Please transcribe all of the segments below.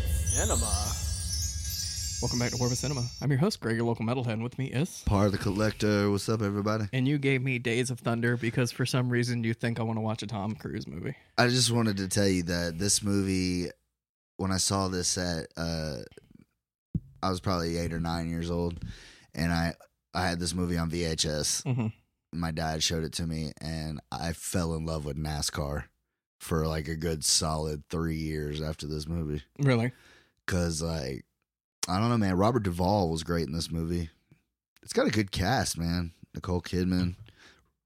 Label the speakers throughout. Speaker 1: Cinema.
Speaker 2: Welcome back to Warp of Cinema. I'm your host, Greg, your local metalhead, and with me is.
Speaker 3: Par the Collector. What's up, everybody?
Speaker 2: And you gave me Days of Thunder because for some reason you think I want to watch a Tom Cruise movie.
Speaker 3: I just wanted to tell you that this movie, when I saw this at, uh, I was probably eight or nine years old, and I I had this movie on VHS.
Speaker 2: Mhm.
Speaker 3: My dad showed it to me, and I fell in love with NASCAR for like a good solid three years after this movie.
Speaker 2: Really?
Speaker 3: Cause like, I don't know, man. Robert Duvall was great in this movie. It's got a good cast, man. Nicole Kidman,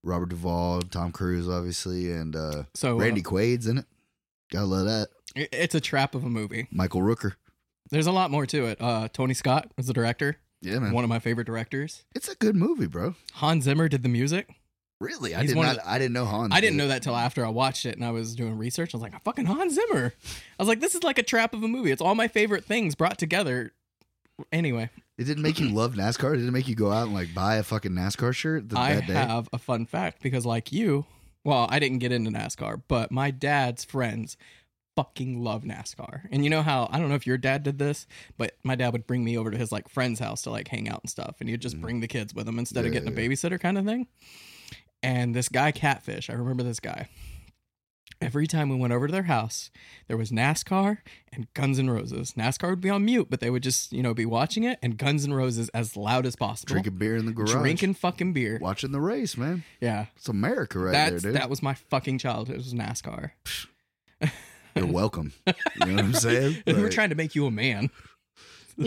Speaker 3: Robert Duvall, Tom Cruise, obviously, and uh,
Speaker 2: So uh,
Speaker 3: Randy Quaid's in it. Gotta love that.
Speaker 2: it- it's a trap of a movie.
Speaker 3: Michael Rooker.
Speaker 2: There's a lot more to it. Uh, Tony Scott was the director,
Speaker 3: Yeah, man.
Speaker 2: one of my favorite directors.
Speaker 3: It's a good movie, bro.
Speaker 2: Hans Zimmer did the music.
Speaker 3: Really, I
Speaker 2: He's
Speaker 3: did
Speaker 2: one
Speaker 3: not.
Speaker 2: of
Speaker 3: I didn't know Hans.
Speaker 2: I didn't
Speaker 3: did
Speaker 2: know
Speaker 3: it.
Speaker 2: that till after I watched it and I was doing research. I was like, "Ah, fucking Hans Zimmer. I was like, this is like a trap of a movie. It's all my favorite things brought together. Anyway,
Speaker 3: It didn't make you love NASCAR. It didn't make you go out and like buy a fucking NASCAR shirt. The,
Speaker 2: I
Speaker 3: that day.
Speaker 2: have a fun fact because, like you, well, I didn't get into NASCAR, but my dad's friends fucking love NASCAR. And you know how I don't know if your dad did this, but my dad would bring me over to his like friend's house to like hang out and stuff, and he'd just bring the kids with him instead of
Speaker 3: Mm. Yeah,
Speaker 2: getting a babysitter kind of thing. And this guy Catfish, I remember this guy. Every time we went over to their house, there was NASCAR and Guns N' Roses. NASCAR would be on mute, but they would just, you know, be watching it and Guns N' Roses as loud as possible.
Speaker 3: Drinking beer in the garage.
Speaker 2: Drinking fucking beer.
Speaker 3: Watching the race, man.
Speaker 2: Yeah.
Speaker 3: It's America right
Speaker 2: That's
Speaker 3: there, dude.
Speaker 2: that was my fucking childhood. It was NASCAR.
Speaker 3: You're welcome. you know what I'm saying?
Speaker 2: we were
Speaker 3: Like,
Speaker 2: trying to make you a man.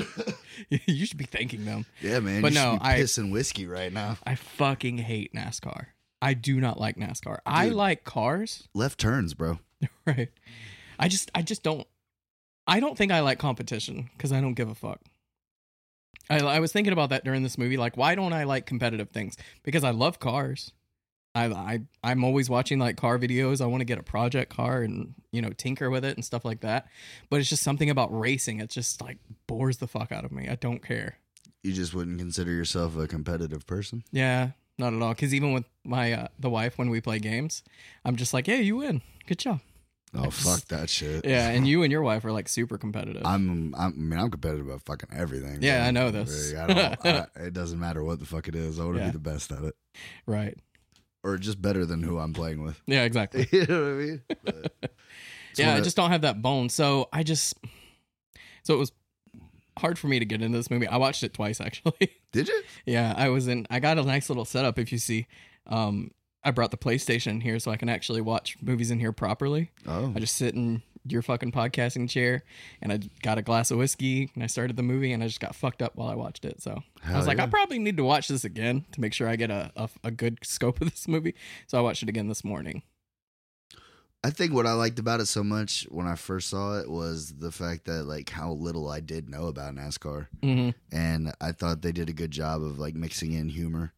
Speaker 2: you should be thanking them.
Speaker 3: Yeah, man.
Speaker 2: But
Speaker 3: you should
Speaker 2: no,
Speaker 3: be
Speaker 2: I-
Speaker 3: pissing whiskey right now.
Speaker 2: I fucking hate NASCAR. I do not like NASCAR. I
Speaker 3: Dude.
Speaker 2: like cars,
Speaker 3: Left turns, bro.
Speaker 2: right? I just I just don't I don't think I like competition cuz I don't give a fuck. I I was thinking about that during this movie like why don't I like competitive things? Because I love cars. I I I'm always watching like car videos. I want to get a project car and, you know, tinker with it and stuff like that. But it's just something about racing. It just like bores the fuck out of me. I don't care.
Speaker 3: You just wouldn't consider yourself a competitive person.
Speaker 2: Yeah, not at all. Because even with my uh, the wife, when we play games, I'm just like, "Yeah, you win. Good job."
Speaker 3: Oh,
Speaker 2: Yes.
Speaker 3: fuck that shit.
Speaker 2: Yeah, and you and your wife are like super competitive.
Speaker 3: I'm, I'm. I mean, I'm competitive about fucking everything.
Speaker 2: Yeah,
Speaker 3: bro.
Speaker 2: I know this.
Speaker 3: Like, I don't, I, it doesn't matter what the fuck it is. I want to
Speaker 2: Yeah.
Speaker 3: be the best at it,
Speaker 2: right?
Speaker 3: or just better than who I'm playing with.
Speaker 2: Yeah, exactly.
Speaker 3: you know what I mean? But it's
Speaker 2: yeah,
Speaker 3: one
Speaker 2: I
Speaker 3: of-
Speaker 2: just don't have that bone. So I just so it was hard for me to get into this movie. I watched it twice actually.
Speaker 3: did you?
Speaker 2: yeah, I was in. I got a nice little setup. If you see, um, I brought the PlayStation here so I can actually watch movies in here properly.
Speaker 3: Oh,
Speaker 2: I just sit in your fucking podcasting chair and I got a glass of whiskey and I started the movie and I just got fucked up while I watched it. So I
Speaker 3: Hell
Speaker 2: was like, I
Speaker 3: yeah.
Speaker 2: probably need to watch this again to make sure I get a, a, a good scope of this movie. So I watched it again this morning.
Speaker 3: I think what I liked about it so much when I first saw it was the fact that like how little I did know about NASCAR,
Speaker 2: Mm-hmm.
Speaker 3: and I thought they did a good job of like mixing in humor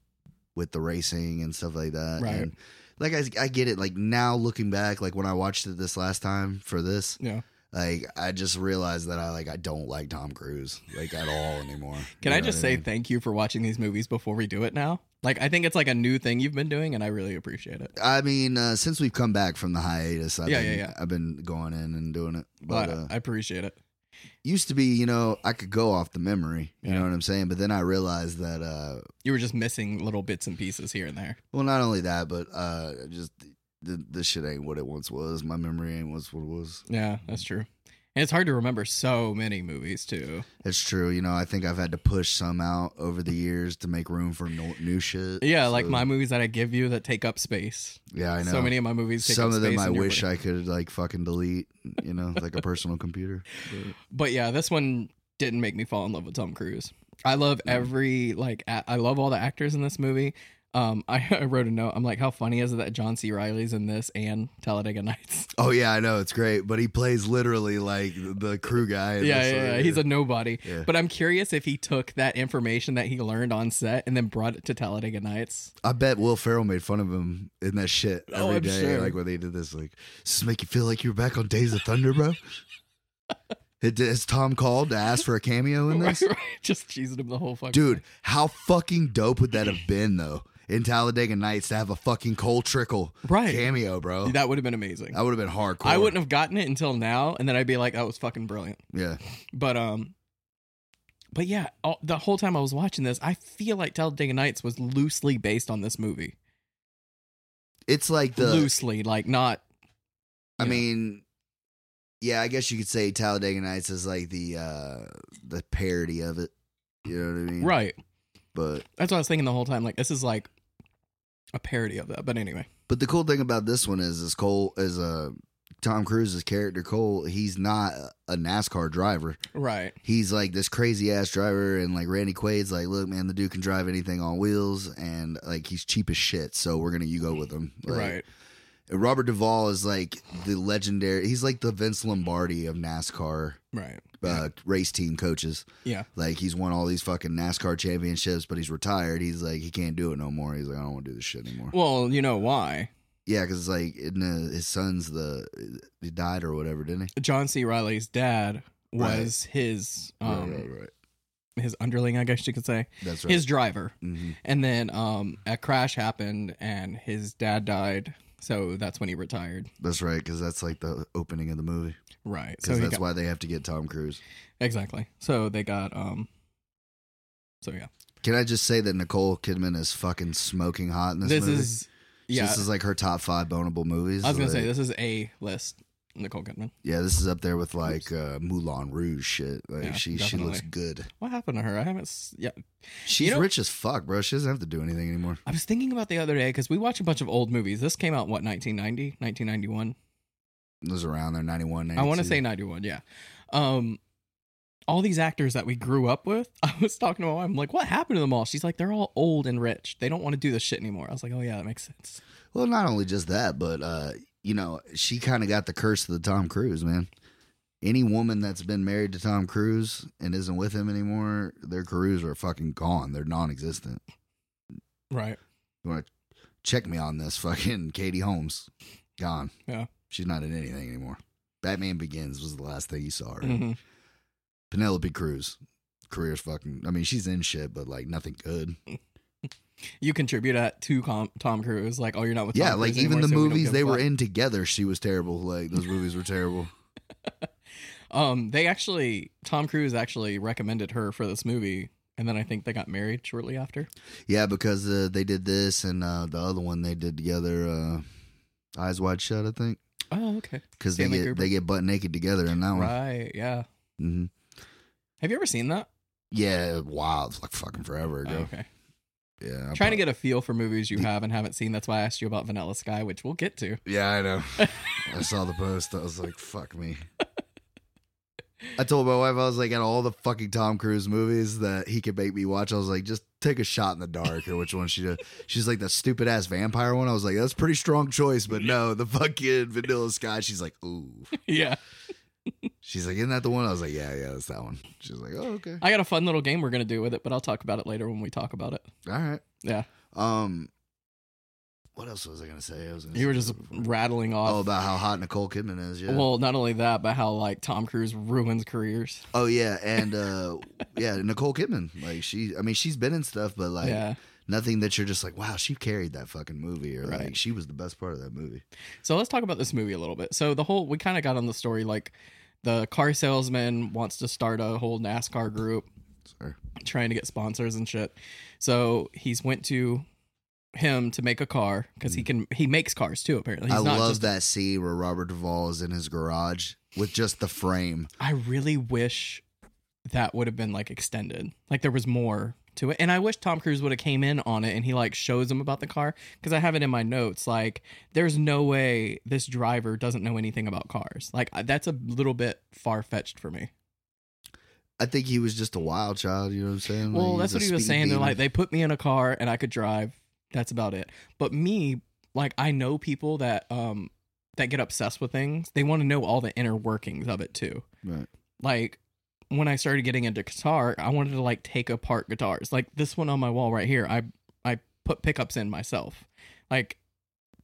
Speaker 3: with the racing and stuff like that.
Speaker 2: Right.
Speaker 3: And, like I, I get it. Like now looking back, like when I watched it this last time for this,
Speaker 2: Yeah.
Speaker 3: like I just realized that I like I don't like Tom Cruise like at all anymore.
Speaker 2: Can
Speaker 3: You
Speaker 2: I
Speaker 3: know
Speaker 2: just
Speaker 3: what
Speaker 2: say
Speaker 3: mean?
Speaker 2: thank you for watching these movies before we do it now? Like, I think it's like a new thing you've been doing and I really appreciate it.
Speaker 3: I mean, uh, since we've come back from the hiatus, I've
Speaker 2: Yeah, yeah,
Speaker 3: been,
Speaker 2: yeah.
Speaker 3: I've been going in and doing it. But
Speaker 2: But
Speaker 3: uh,
Speaker 2: I appreciate it.
Speaker 3: used to be, you know, I could go off the memory. You
Speaker 2: Yeah.
Speaker 3: know what I'm saying? But then I realized that, uh,
Speaker 2: You were just missing little bits and pieces here and there.
Speaker 3: well, not only that, but uh, just th- this shit ain't what it once was. My memory ain't what's what it was.
Speaker 2: Yeah, that's true. And it's hard to remember so many movies too.
Speaker 3: It's true. You know, I think I've had to push some out over the years to make room for no- new shit.
Speaker 2: Yeah, like
Speaker 3: So,
Speaker 2: my movies that I give you that take up space.
Speaker 3: Yeah, I know.
Speaker 2: So many of my movies. Take
Speaker 3: Some
Speaker 2: up
Speaker 3: of them
Speaker 2: space
Speaker 3: I
Speaker 2: in your
Speaker 3: wish
Speaker 2: brain.
Speaker 3: I could like fucking delete, you know, like a personal computer.
Speaker 2: But yeah, this one didn't make me fall in love with Tom Cruise. I love
Speaker 3: Mm.
Speaker 2: every like. a- I love all the actors in this movie. Um, I, I wrote a note. I'm like, how funny is it that John C. Riley's in this and Talladega Nights?
Speaker 3: Oh yeah, I know it's great, but he plays literally like the crew guy. in
Speaker 2: yeah,
Speaker 3: this,
Speaker 2: yeah,
Speaker 3: uh,
Speaker 2: yeah, he's a nobody.
Speaker 3: Yeah.
Speaker 2: But I'm curious if he took that information that he learned on set and then brought it to Talladega Nights.
Speaker 3: I bet Will Ferrell made fun of him in that shit
Speaker 2: Oh,
Speaker 3: every
Speaker 2: I'm
Speaker 3: day.
Speaker 2: sure.
Speaker 3: Like when they did this, like, does this make you feel like you're back on Days of Thunder, bro? It- Has Tom called to ask for a cameo in this?
Speaker 2: Just cheesing him the whole fucking
Speaker 3: Dude, how fucking dope would that have been, though? in Talladega Nights to have a fucking Cole Trickle
Speaker 2: Right.
Speaker 3: cameo, bro. That,
Speaker 2: That would have been amazing.
Speaker 3: would have been hardcore.
Speaker 2: I wouldn't have gotten it until now, and then I'd be like, "That was fucking brilliant."
Speaker 3: Yeah,
Speaker 2: But um, but yeah, all, the whole time I was watching this, I feel like Talladega Nights was loosely based on this movie.
Speaker 3: it's like the.
Speaker 2: loosely, like not.
Speaker 3: I
Speaker 2: you know.
Speaker 3: mean, yeah, I guess you could say Talladega Nights is like the uh the parody of it. You know what I mean?
Speaker 2: Right.
Speaker 3: But
Speaker 2: That's what I was thinking the whole time. Like this is like a parody of that. But anyway,
Speaker 3: But the cool thing about this one is, is Cole is uh, Tom Cruise's character Cole. He's not a NASCAR driver.
Speaker 2: right.
Speaker 3: He's like this crazy ass driver, and like Randy Quaid's like, look, man, the dude can drive anything on wheels, and like he's cheap as shit. So we're gonna you go with him, Like,
Speaker 2: right.
Speaker 3: and Robert Duvall is like the legendary. He's like the Vince Lombardi of NASCAR
Speaker 2: Right.
Speaker 3: uh, race team coaches.
Speaker 2: Yeah.
Speaker 3: Like he's won all these fucking NASCAR championships, but he's retired. He's like he can't do it no more. He's like I don't want to do this shit anymore.
Speaker 2: Well, you know why?
Speaker 3: Yeah, because it's like in the, his son's the he died or whatever, didn't he?
Speaker 2: John C. Riley's dad
Speaker 3: Right.
Speaker 2: was his um
Speaker 3: right, right, right.
Speaker 2: his underling, I guess you could say,
Speaker 3: That's right.
Speaker 2: his driver.
Speaker 3: hmm
Speaker 2: And then um a crash happened, and his dad died. So that's when he retired.
Speaker 3: That's right, because that's like the opening of the movie.
Speaker 2: Right. So
Speaker 3: Because
Speaker 2: he
Speaker 3: that's
Speaker 2: got,
Speaker 3: why they have to get Tom Cruise.
Speaker 2: exactly. So they got um. So yeah,
Speaker 3: Can I just say that Nicole Kidman is fucking smoking hot in this,
Speaker 2: this
Speaker 3: movie?
Speaker 2: is yeah.
Speaker 3: this is like her top five bonable movies.
Speaker 2: I was gonna say
Speaker 3: Like,
Speaker 2: this is a list. Nicole Kidman.
Speaker 3: Yeah, this is up there with like uh, Moulin Rouge shit. Like
Speaker 2: Yeah,
Speaker 3: she she looks
Speaker 2: definitely.
Speaker 3: good.
Speaker 2: What happened to her? I haven't. s- Yeah,
Speaker 3: She's
Speaker 2: know-
Speaker 3: rich as fuck, bro. She doesn't have to do anything anymore.
Speaker 2: I was thinking about the other day because we watch a bunch of old movies. This came out what 1990, 1991.
Speaker 3: It was around there, 91,
Speaker 2: I want to
Speaker 3: 92.
Speaker 2: say 91. Yeah. Um, all these actors that we grew up with. I was talking to my wife. I'm like, what happened to them all? She's like, they're all old and rich. They don't want to do this shit anymore. I was like, oh yeah, that makes sense.
Speaker 3: Well, not only just that, but uh, you know, she kind of got the curse of the Tom Cruise, man. Any woman that's been married to Tom Cruise and isn't with him anymore, their careers are fucking gone. They're non-existent.
Speaker 2: Right.
Speaker 3: You want to check me on this? Fucking Katie Holmes, gone.
Speaker 2: Yeah.
Speaker 3: she's not in anything anymore. Batman Begins was the last thing you saw her. in.
Speaker 2: hmm
Speaker 3: Penelope Cruz, career's fucking. I mean, she's in shit, but like nothing good.
Speaker 2: You contribute at to com- Tom Cruise. Like, oh, you're not with.
Speaker 3: yeah,
Speaker 2: Tom
Speaker 3: like
Speaker 2: Cruise
Speaker 3: even
Speaker 2: anymore,
Speaker 3: the
Speaker 2: so we don't
Speaker 3: movies
Speaker 2: give
Speaker 3: they
Speaker 2: a
Speaker 3: were
Speaker 2: fuck."
Speaker 3: in together, she was terrible. Like those movies were terrible.
Speaker 2: Um, they actually Tom Cruise actually recommended her for this movie, and then I think they got married shortly after.
Speaker 3: Yeah, because uh, they did this and uh, the other one they did together, uh, Eyes Wide Shut, I think.
Speaker 2: Oh, okay.
Speaker 3: Because they
Speaker 2: Stanley
Speaker 3: get
Speaker 2: Kubrick.
Speaker 3: they get butt naked together in that one.
Speaker 2: Oh. Right. Yeah.
Speaker 3: hmm
Speaker 2: Have you ever seen that?
Speaker 3: Yeah, wow, it's like fucking forever
Speaker 2: Oh,
Speaker 3: ago.
Speaker 2: okay.
Speaker 3: Yeah, I
Speaker 2: Trying to
Speaker 3: prob-
Speaker 2: get a feel for movies you have and haven't seen. That's why I asked you about Vanilla Sky, which we'll get to.
Speaker 3: Yeah, I know. I saw the post. I was like, fuck me. I told my wife I was like, in all the fucking Tom Cruise movies that he could make me watch, I was like, just take a shot in the dark or which one she did. She's like, the stupid ass vampire one. I was like, that's a pretty strong choice, but no, the fucking Vanilla Sky. She's like, ooh.
Speaker 2: yeah.
Speaker 3: She's like, isn't that the one? I was like, yeah, yeah, that's that one. She's like, oh, okay,
Speaker 2: I got a fun little game we're gonna do with it, but I'll talk about it later when we talk about it.
Speaker 3: all right.
Speaker 2: Yeah.
Speaker 3: Um, what else was I gonna say? I was gonna
Speaker 2: You were
Speaker 3: say
Speaker 2: just
Speaker 3: something before.
Speaker 2: rattling
Speaker 3: oh
Speaker 2: off.
Speaker 3: about how hot Nicole Kidman is. Yeah.
Speaker 2: Well, not only that, but how like Tom Cruise ruins careers.
Speaker 3: oh yeah, and uh, yeah, Nicole Kidman. Like she, I mean, she's been in stuff, but like
Speaker 2: yeah.
Speaker 3: nothing that you're just like, wow, she carried that fucking movie, or like
Speaker 2: Right.
Speaker 3: she was the best part of that movie.
Speaker 2: So let's talk about this movie a little bit. So the whole we kind of got on the story like the car salesman wants to start a whole NASCAR group
Speaker 3: Sorry.
Speaker 2: trying to get sponsors and shit. So he's went to him to make a car because he can he makes cars too apparently. He's
Speaker 3: Mm. I
Speaker 2: not
Speaker 3: love
Speaker 2: just,
Speaker 3: that scene where Robert Duvall is in his garage with just the frame.
Speaker 2: I really wish that would have been like extended. Like there was more to it. And I wish Tom Cruise would have came in on it and he like shows him about the car because I have it in my notes like there's no way this driver doesn't know anything about cars. Like I- that's a little bit far fetched for me.
Speaker 3: I think he was just a wild child. You know what I'm saying?
Speaker 2: Well,
Speaker 3: Like,
Speaker 2: that's
Speaker 3: he's
Speaker 2: what
Speaker 3: a
Speaker 2: he was
Speaker 3: speed
Speaker 2: saying. They're
Speaker 3: demon.
Speaker 2: like, they put me in a car and I could drive. That's about it. But me, like, I know people that um that get obsessed with things. They want to know all the inner workings of it too.
Speaker 3: Right.
Speaker 2: Like when I started getting into guitar, I wanted to like take apart guitars. Like this one on my wall right here, I I put pickups in myself. Like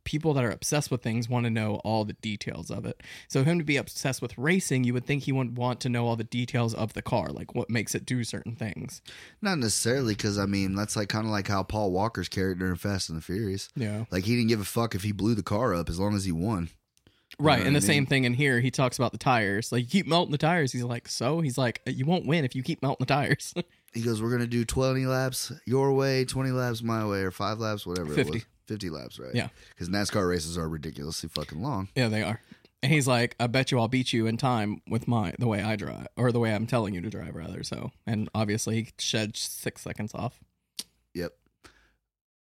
Speaker 2: people that are obsessed with things want to know all the details of it. So him to be obsessed with racing, you would think he would want to know all the details of the car, like what makes it do certain things.
Speaker 3: Not necessarily, because I mean that's like kind of like how Paul Walker's character in Fast and the Furious.
Speaker 2: Yeah.
Speaker 3: Like he didn't give a fuck if he blew the car up as long as he won.
Speaker 2: Right.
Speaker 3: what
Speaker 2: And
Speaker 3: I
Speaker 2: the same
Speaker 3: mean?
Speaker 2: thing in here, he talks about the tires. Like you keep melting the tires. He's like, so he's like, you won't win if you keep melting the tires.
Speaker 3: He goes, "We're gonna do twenty laps your way, twenty laps my way, or five laps, whatever it
Speaker 2: 50.
Speaker 3: was, fifty laps, right?
Speaker 2: Yeah.
Speaker 3: Because NASCAR races are ridiculously fucking long.
Speaker 2: yeah, they are. And he's like, I bet you I'll beat you in time with my the way I drive or the way I'm telling you to drive rather. So and obviously he sheds six seconds off.
Speaker 3: Yep.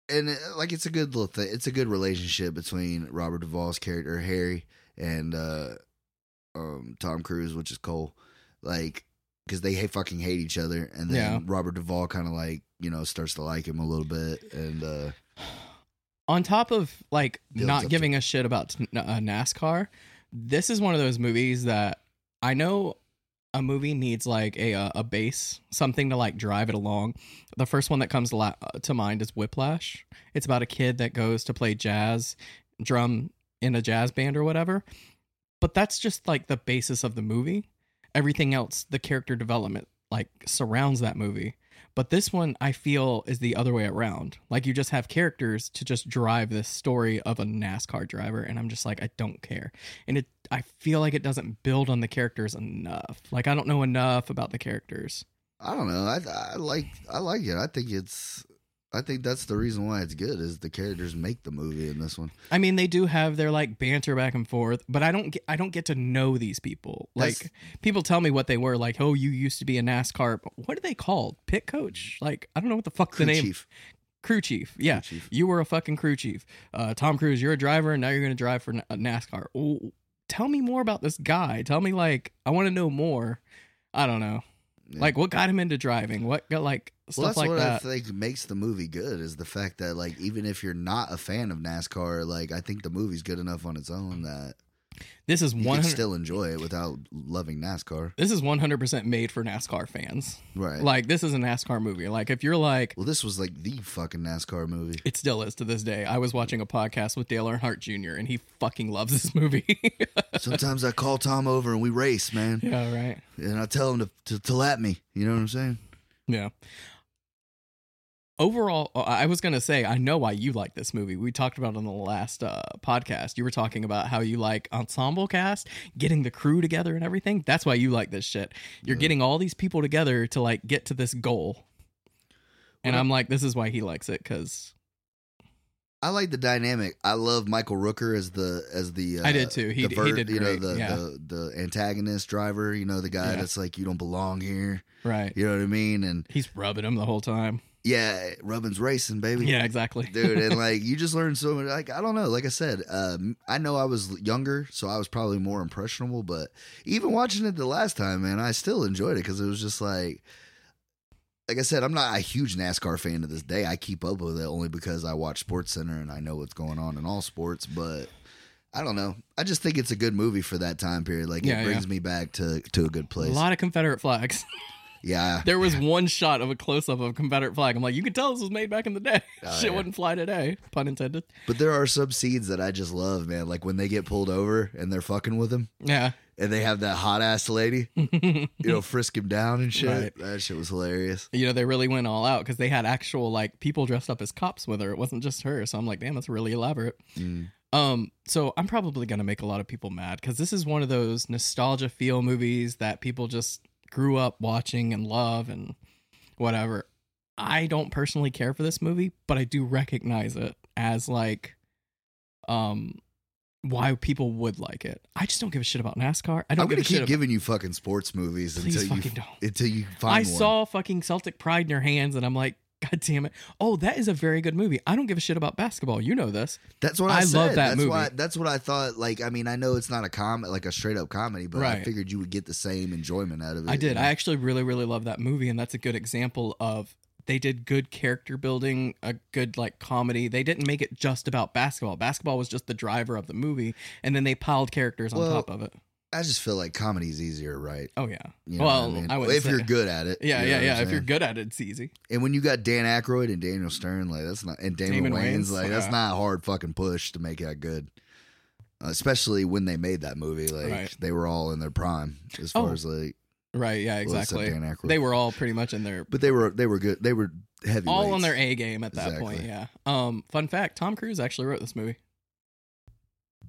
Speaker 3: And uh, like it's a good little thing. It's a good relationship between Robert Duvall's character Harry and uh um Tom Cruise, which is Cole. Like because they hate, fucking hate each other, and then
Speaker 2: Yeah.
Speaker 3: Robert Duvall kind of like you know starts to like him a little bit, and uh
Speaker 2: on top of like
Speaker 3: Builds up
Speaker 2: not
Speaker 3: to-
Speaker 2: giving a shit about n- uh, NASCAR, this is one of those movies that I know a movie needs like a uh, a base, something to like drive it along. The first one that comes to, la- uh, to mind is Whiplash. It's about a kid that goes to play jazz drum in a jazz band or whatever. But that's just like the basis of the movie. Everything else, the character development like surrounds that movie. But this one I feel is the other way around. Like you just have characters to just drive this story of a NASCAR driver and I'm just like I don't care. And it I feel like it doesn't build on the characters enough. Like I don't know enough about the characters.
Speaker 3: I don't know. I, I like I like it. I think it's I think that's the reason why it's good is the characters make the movie in this one.
Speaker 2: I mean they do have their like banter back and forth, but I don't get I don't get to know these people. Like
Speaker 3: That's-
Speaker 2: people tell me what they were like, "Oh, you used to be a NASCAR what are they called? Pit coach?" Like I don't know what the fuck
Speaker 3: Crew
Speaker 2: the name
Speaker 3: chief.
Speaker 2: crew chief. Yeah.
Speaker 3: Crew chief.
Speaker 2: You were a fucking crew chief. Uh, Tom Cruise, you're a driver, and now you're going to drive for N- uh, NASCAR. Ooh, tell me more about this guy. Tell me, like, I want to know more. I don't know.
Speaker 3: Yeah.
Speaker 2: Like, what got him into driving? What got, like,
Speaker 3: Well,
Speaker 2: stuff
Speaker 3: that's
Speaker 2: like
Speaker 3: what
Speaker 2: that?
Speaker 3: I think makes the movie good is the fact that like even if you're not a fan of NASCAR, like I think the movie's good enough on its own that
Speaker 2: This is
Speaker 3: you
Speaker 2: one.
Speaker 3: can still enjoy it without loving NASCAR.
Speaker 2: This is 100% made for NASCAR fans.
Speaker 3: Right.
Speaker 2: Like, this is a NASCAR movie. Like, if you're like,
Speaker 3: well, this was like the fucking NASCAR movie.
Speaker 2: it still is to this day. I was watching a podcast with Dale Earnhardt Jr., and he fucking loves this movie.
Speaker 3: Sometimes I call Tom over and we race, man,
Speaker 2: yeah, right.
Speaker 3: and I tell him to, to to lap me. You know what I'm saying?
Speaker 2: Yeah. Overall, uh, I I was gonna say I know why you like this movie. We talked about it on the last uh, podcast. You were talking about how you like ensemble cast, getting the crew together and everything. That's why you like this shit. You're
Speaker 3: Yeah.
Speaker 2: getting all these people together to like get to this goal. And
Speaker 3: Well,
Speaker 2: I'm like, this is why he likes it because
Speaker 3: I like the dynamic. I love Michael Rooker as the as the uh,
Speaker 2: I did too. He-
Speaker 3: the
Speaker 2: he did
Speaker 3: you know
Speaker 2: great.
Speaker 3: the,
Speaker 2: Yeah.
Speaker 3: the the antagonist driver. You know the guy
Speaker 2: Yeah.
Speaker 3: that's like you don't belong here.
Speaker 2: right,
Speaker 3: You know what I mean? And
Speaker 2: he's rubbing him the whole time.
Speaker 3: yeah, Robin's racing, baby.
Speaker 2: Yeah, exactly.
Speaker 3: dude. And like you just learn so much. Like I don't know. Like I said, um, I know I was younger, so I was probably more impressionable. But even watching it the last time, man, I still enjoyed it because it was just like. Like I said, I'm not a huge NASCAR fan to this day. I keep up with it only because I watch Sports Center and I know what's going on in all sports. But I don't know. I just think it's a good movie for that time period. Like
Speaker 2: Yeah,
Speaker 3: it
Speaker 2: yeah.
Speaker 3: brings me back to to a good
Speaker 2: a
Speaker 3: place.
Speaker 2: lot of Confederate flags.
Speaker 3: yeah,
Speaker 2: There was one shot of a close up of a Confederate flag. I'm like, you could tell this was made back in the day.
Speaker 3: Oh,
Speaker 2: shit
Speaker 3: yeah.
Speaker 2: wouldn't fly today. Pun intended.
Speaker 3: but there are some scenes that I just love, man. Like when they get pulled over and they're fucking with him,
Speaker 2: Yeah.
Speaker 3: and they have that hot ass lady.
Speaker 2: you
Speaker 3: you know, frisk him down and shit.
Speaker 2: Right.
Speaker 3: That shit was hilarious.
Speaker 2: know, they really went all out because they had actual like people dressed up as cops with her. It wasn't just her. So I'm like, damn, that's really elaborate.
Speaker 3: Mm.
Speaker 2: Um, so I'm probably gonna make a lot of people mad because this is one of those nostalgia feel movies that people just grew up watching and love and whatever. I don't personally care for this movie, but I do recognize it as like um why people would like it. I just don't give a shit about NASCAR. I don't
Speaker 3: I'm
Speaker 2: give
Speaker 3: gonna
Speaker 2: a shit
Speaker 3: keep
Speaker 2: about
Speaker 3: giving you fucking sports movies
Speaker 2: please
Speaker 3: until you
Speaker 2: fucking don't.
Speaker 3: until you find
Speaker 2: I
Speaker 3: one.
Speaker 2: saw fucking Celtic pride in her hands, and I'm like, God damn it! Oh, that is a very good movie. I don't give a shit about basketball. You know this,
Speaker 3: that's what
Speaker 2: I
Speaker 3: I,
Speaker 2: love
Speaker 3: said.
Speaker 2: that
Speaker 3: that's
Speaker 2: movie.
Speaker 3: Why, that's what I thought. Like, I mean, I know it's not a com like a straight up comedy, but I
Speaker 2: Right.
Speaker 3: figured you would get the same enjoyment out of it.
Speaker 2: I did.
Speaker 3: you know?
Speaker 2: I actually really, really love that movie, and that's a good example of they did good character building, a good like comedy. They didn't make it just about basketball. Basketball was just the driver of the movie, and then they piled characters on
Speaker 3: Well,
Speaker 2: top of it.
Speaker 3: I just feel like comedy's easier, right?
Speaker 2: Oh yeah.
Speaker 3: You know
Speaker 2: well,
Speaker 3: what mean?
Speaker 2: I wouldn't
Speaker 3: if
Speaker 2: say-
Speaker 3: you're good at it.
Speaker 2: Yeah,
Speaker 3: you know
Speaker 2: yeah,
Speaker 3: what
Speaker 2: yeah.
Speaker 3: I'm
Speaker 2: If you're
Speaker 3: saying?
Speaker 2: good at it, it's easy.
Speaker 3: and when you got Dan Aykroyd and Daniel Stern, like that's not, and Damon,
Speaker 2: Damon
Speaker 3: Wayans,
Speaker 2: Wayans,
Speaker 3: like
Speaker 2: yeah.
Speaker 3: that's not a hard fucking push to make that good. Uh, especially when they made that movie, like
Speaker 2: Right.
Speaker 3: they were all in their prime as far
Speaker 2: Oh,
Speaker 3: as like
Speaker 2: Right, yeah,
Speaker 3: well, except
Speaker 2: exactly.
Speaker 3: Dan Aykroyd.
Speaker 2: They were all pretty much in their
Speaker 3: but they were they were good. They were heavy.
Speaker 2: all on their A game at that point,
Speaker 3: Exactly.
Speaker 2: yeah. Um fun fact, Tom Cruise actually wrote this movie.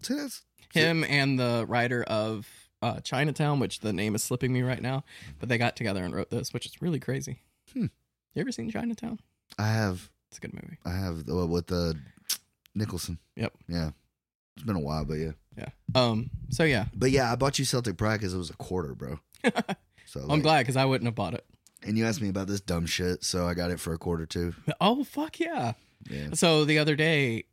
Speaker 3: See, that's
Speaker 2: Him and the writer of uh, Chinatown, which the name is slipping me right now, but they got together and wrote this, which is really crazy.
Speaker 3: Hmm.
Speaker 2: You ever seen Chinatown?
Speaker 3: I have
Speaker 2: It's a good movie.
Speaker 3: I have the, with the Nicholson.
Speaker 2: Yep.
Speaker 3: Yeah. It's been a while, but yeah.
Speaker 2: Um so yeah.
Speaker 3: But yeah, I bought you Celtic Pride because it was a quarter, bro. So
Speaker 2: I'm
Speaker 3: like-
Speaker 2: glad cuz I wouldn't have bought it.
Speaker 3: And you asked me about this dumb shit, so I got it for a quarter too.
Speaker 2: Oh fuck yeah.
Speaker 3: Yeah.
Speaker 2: So the other day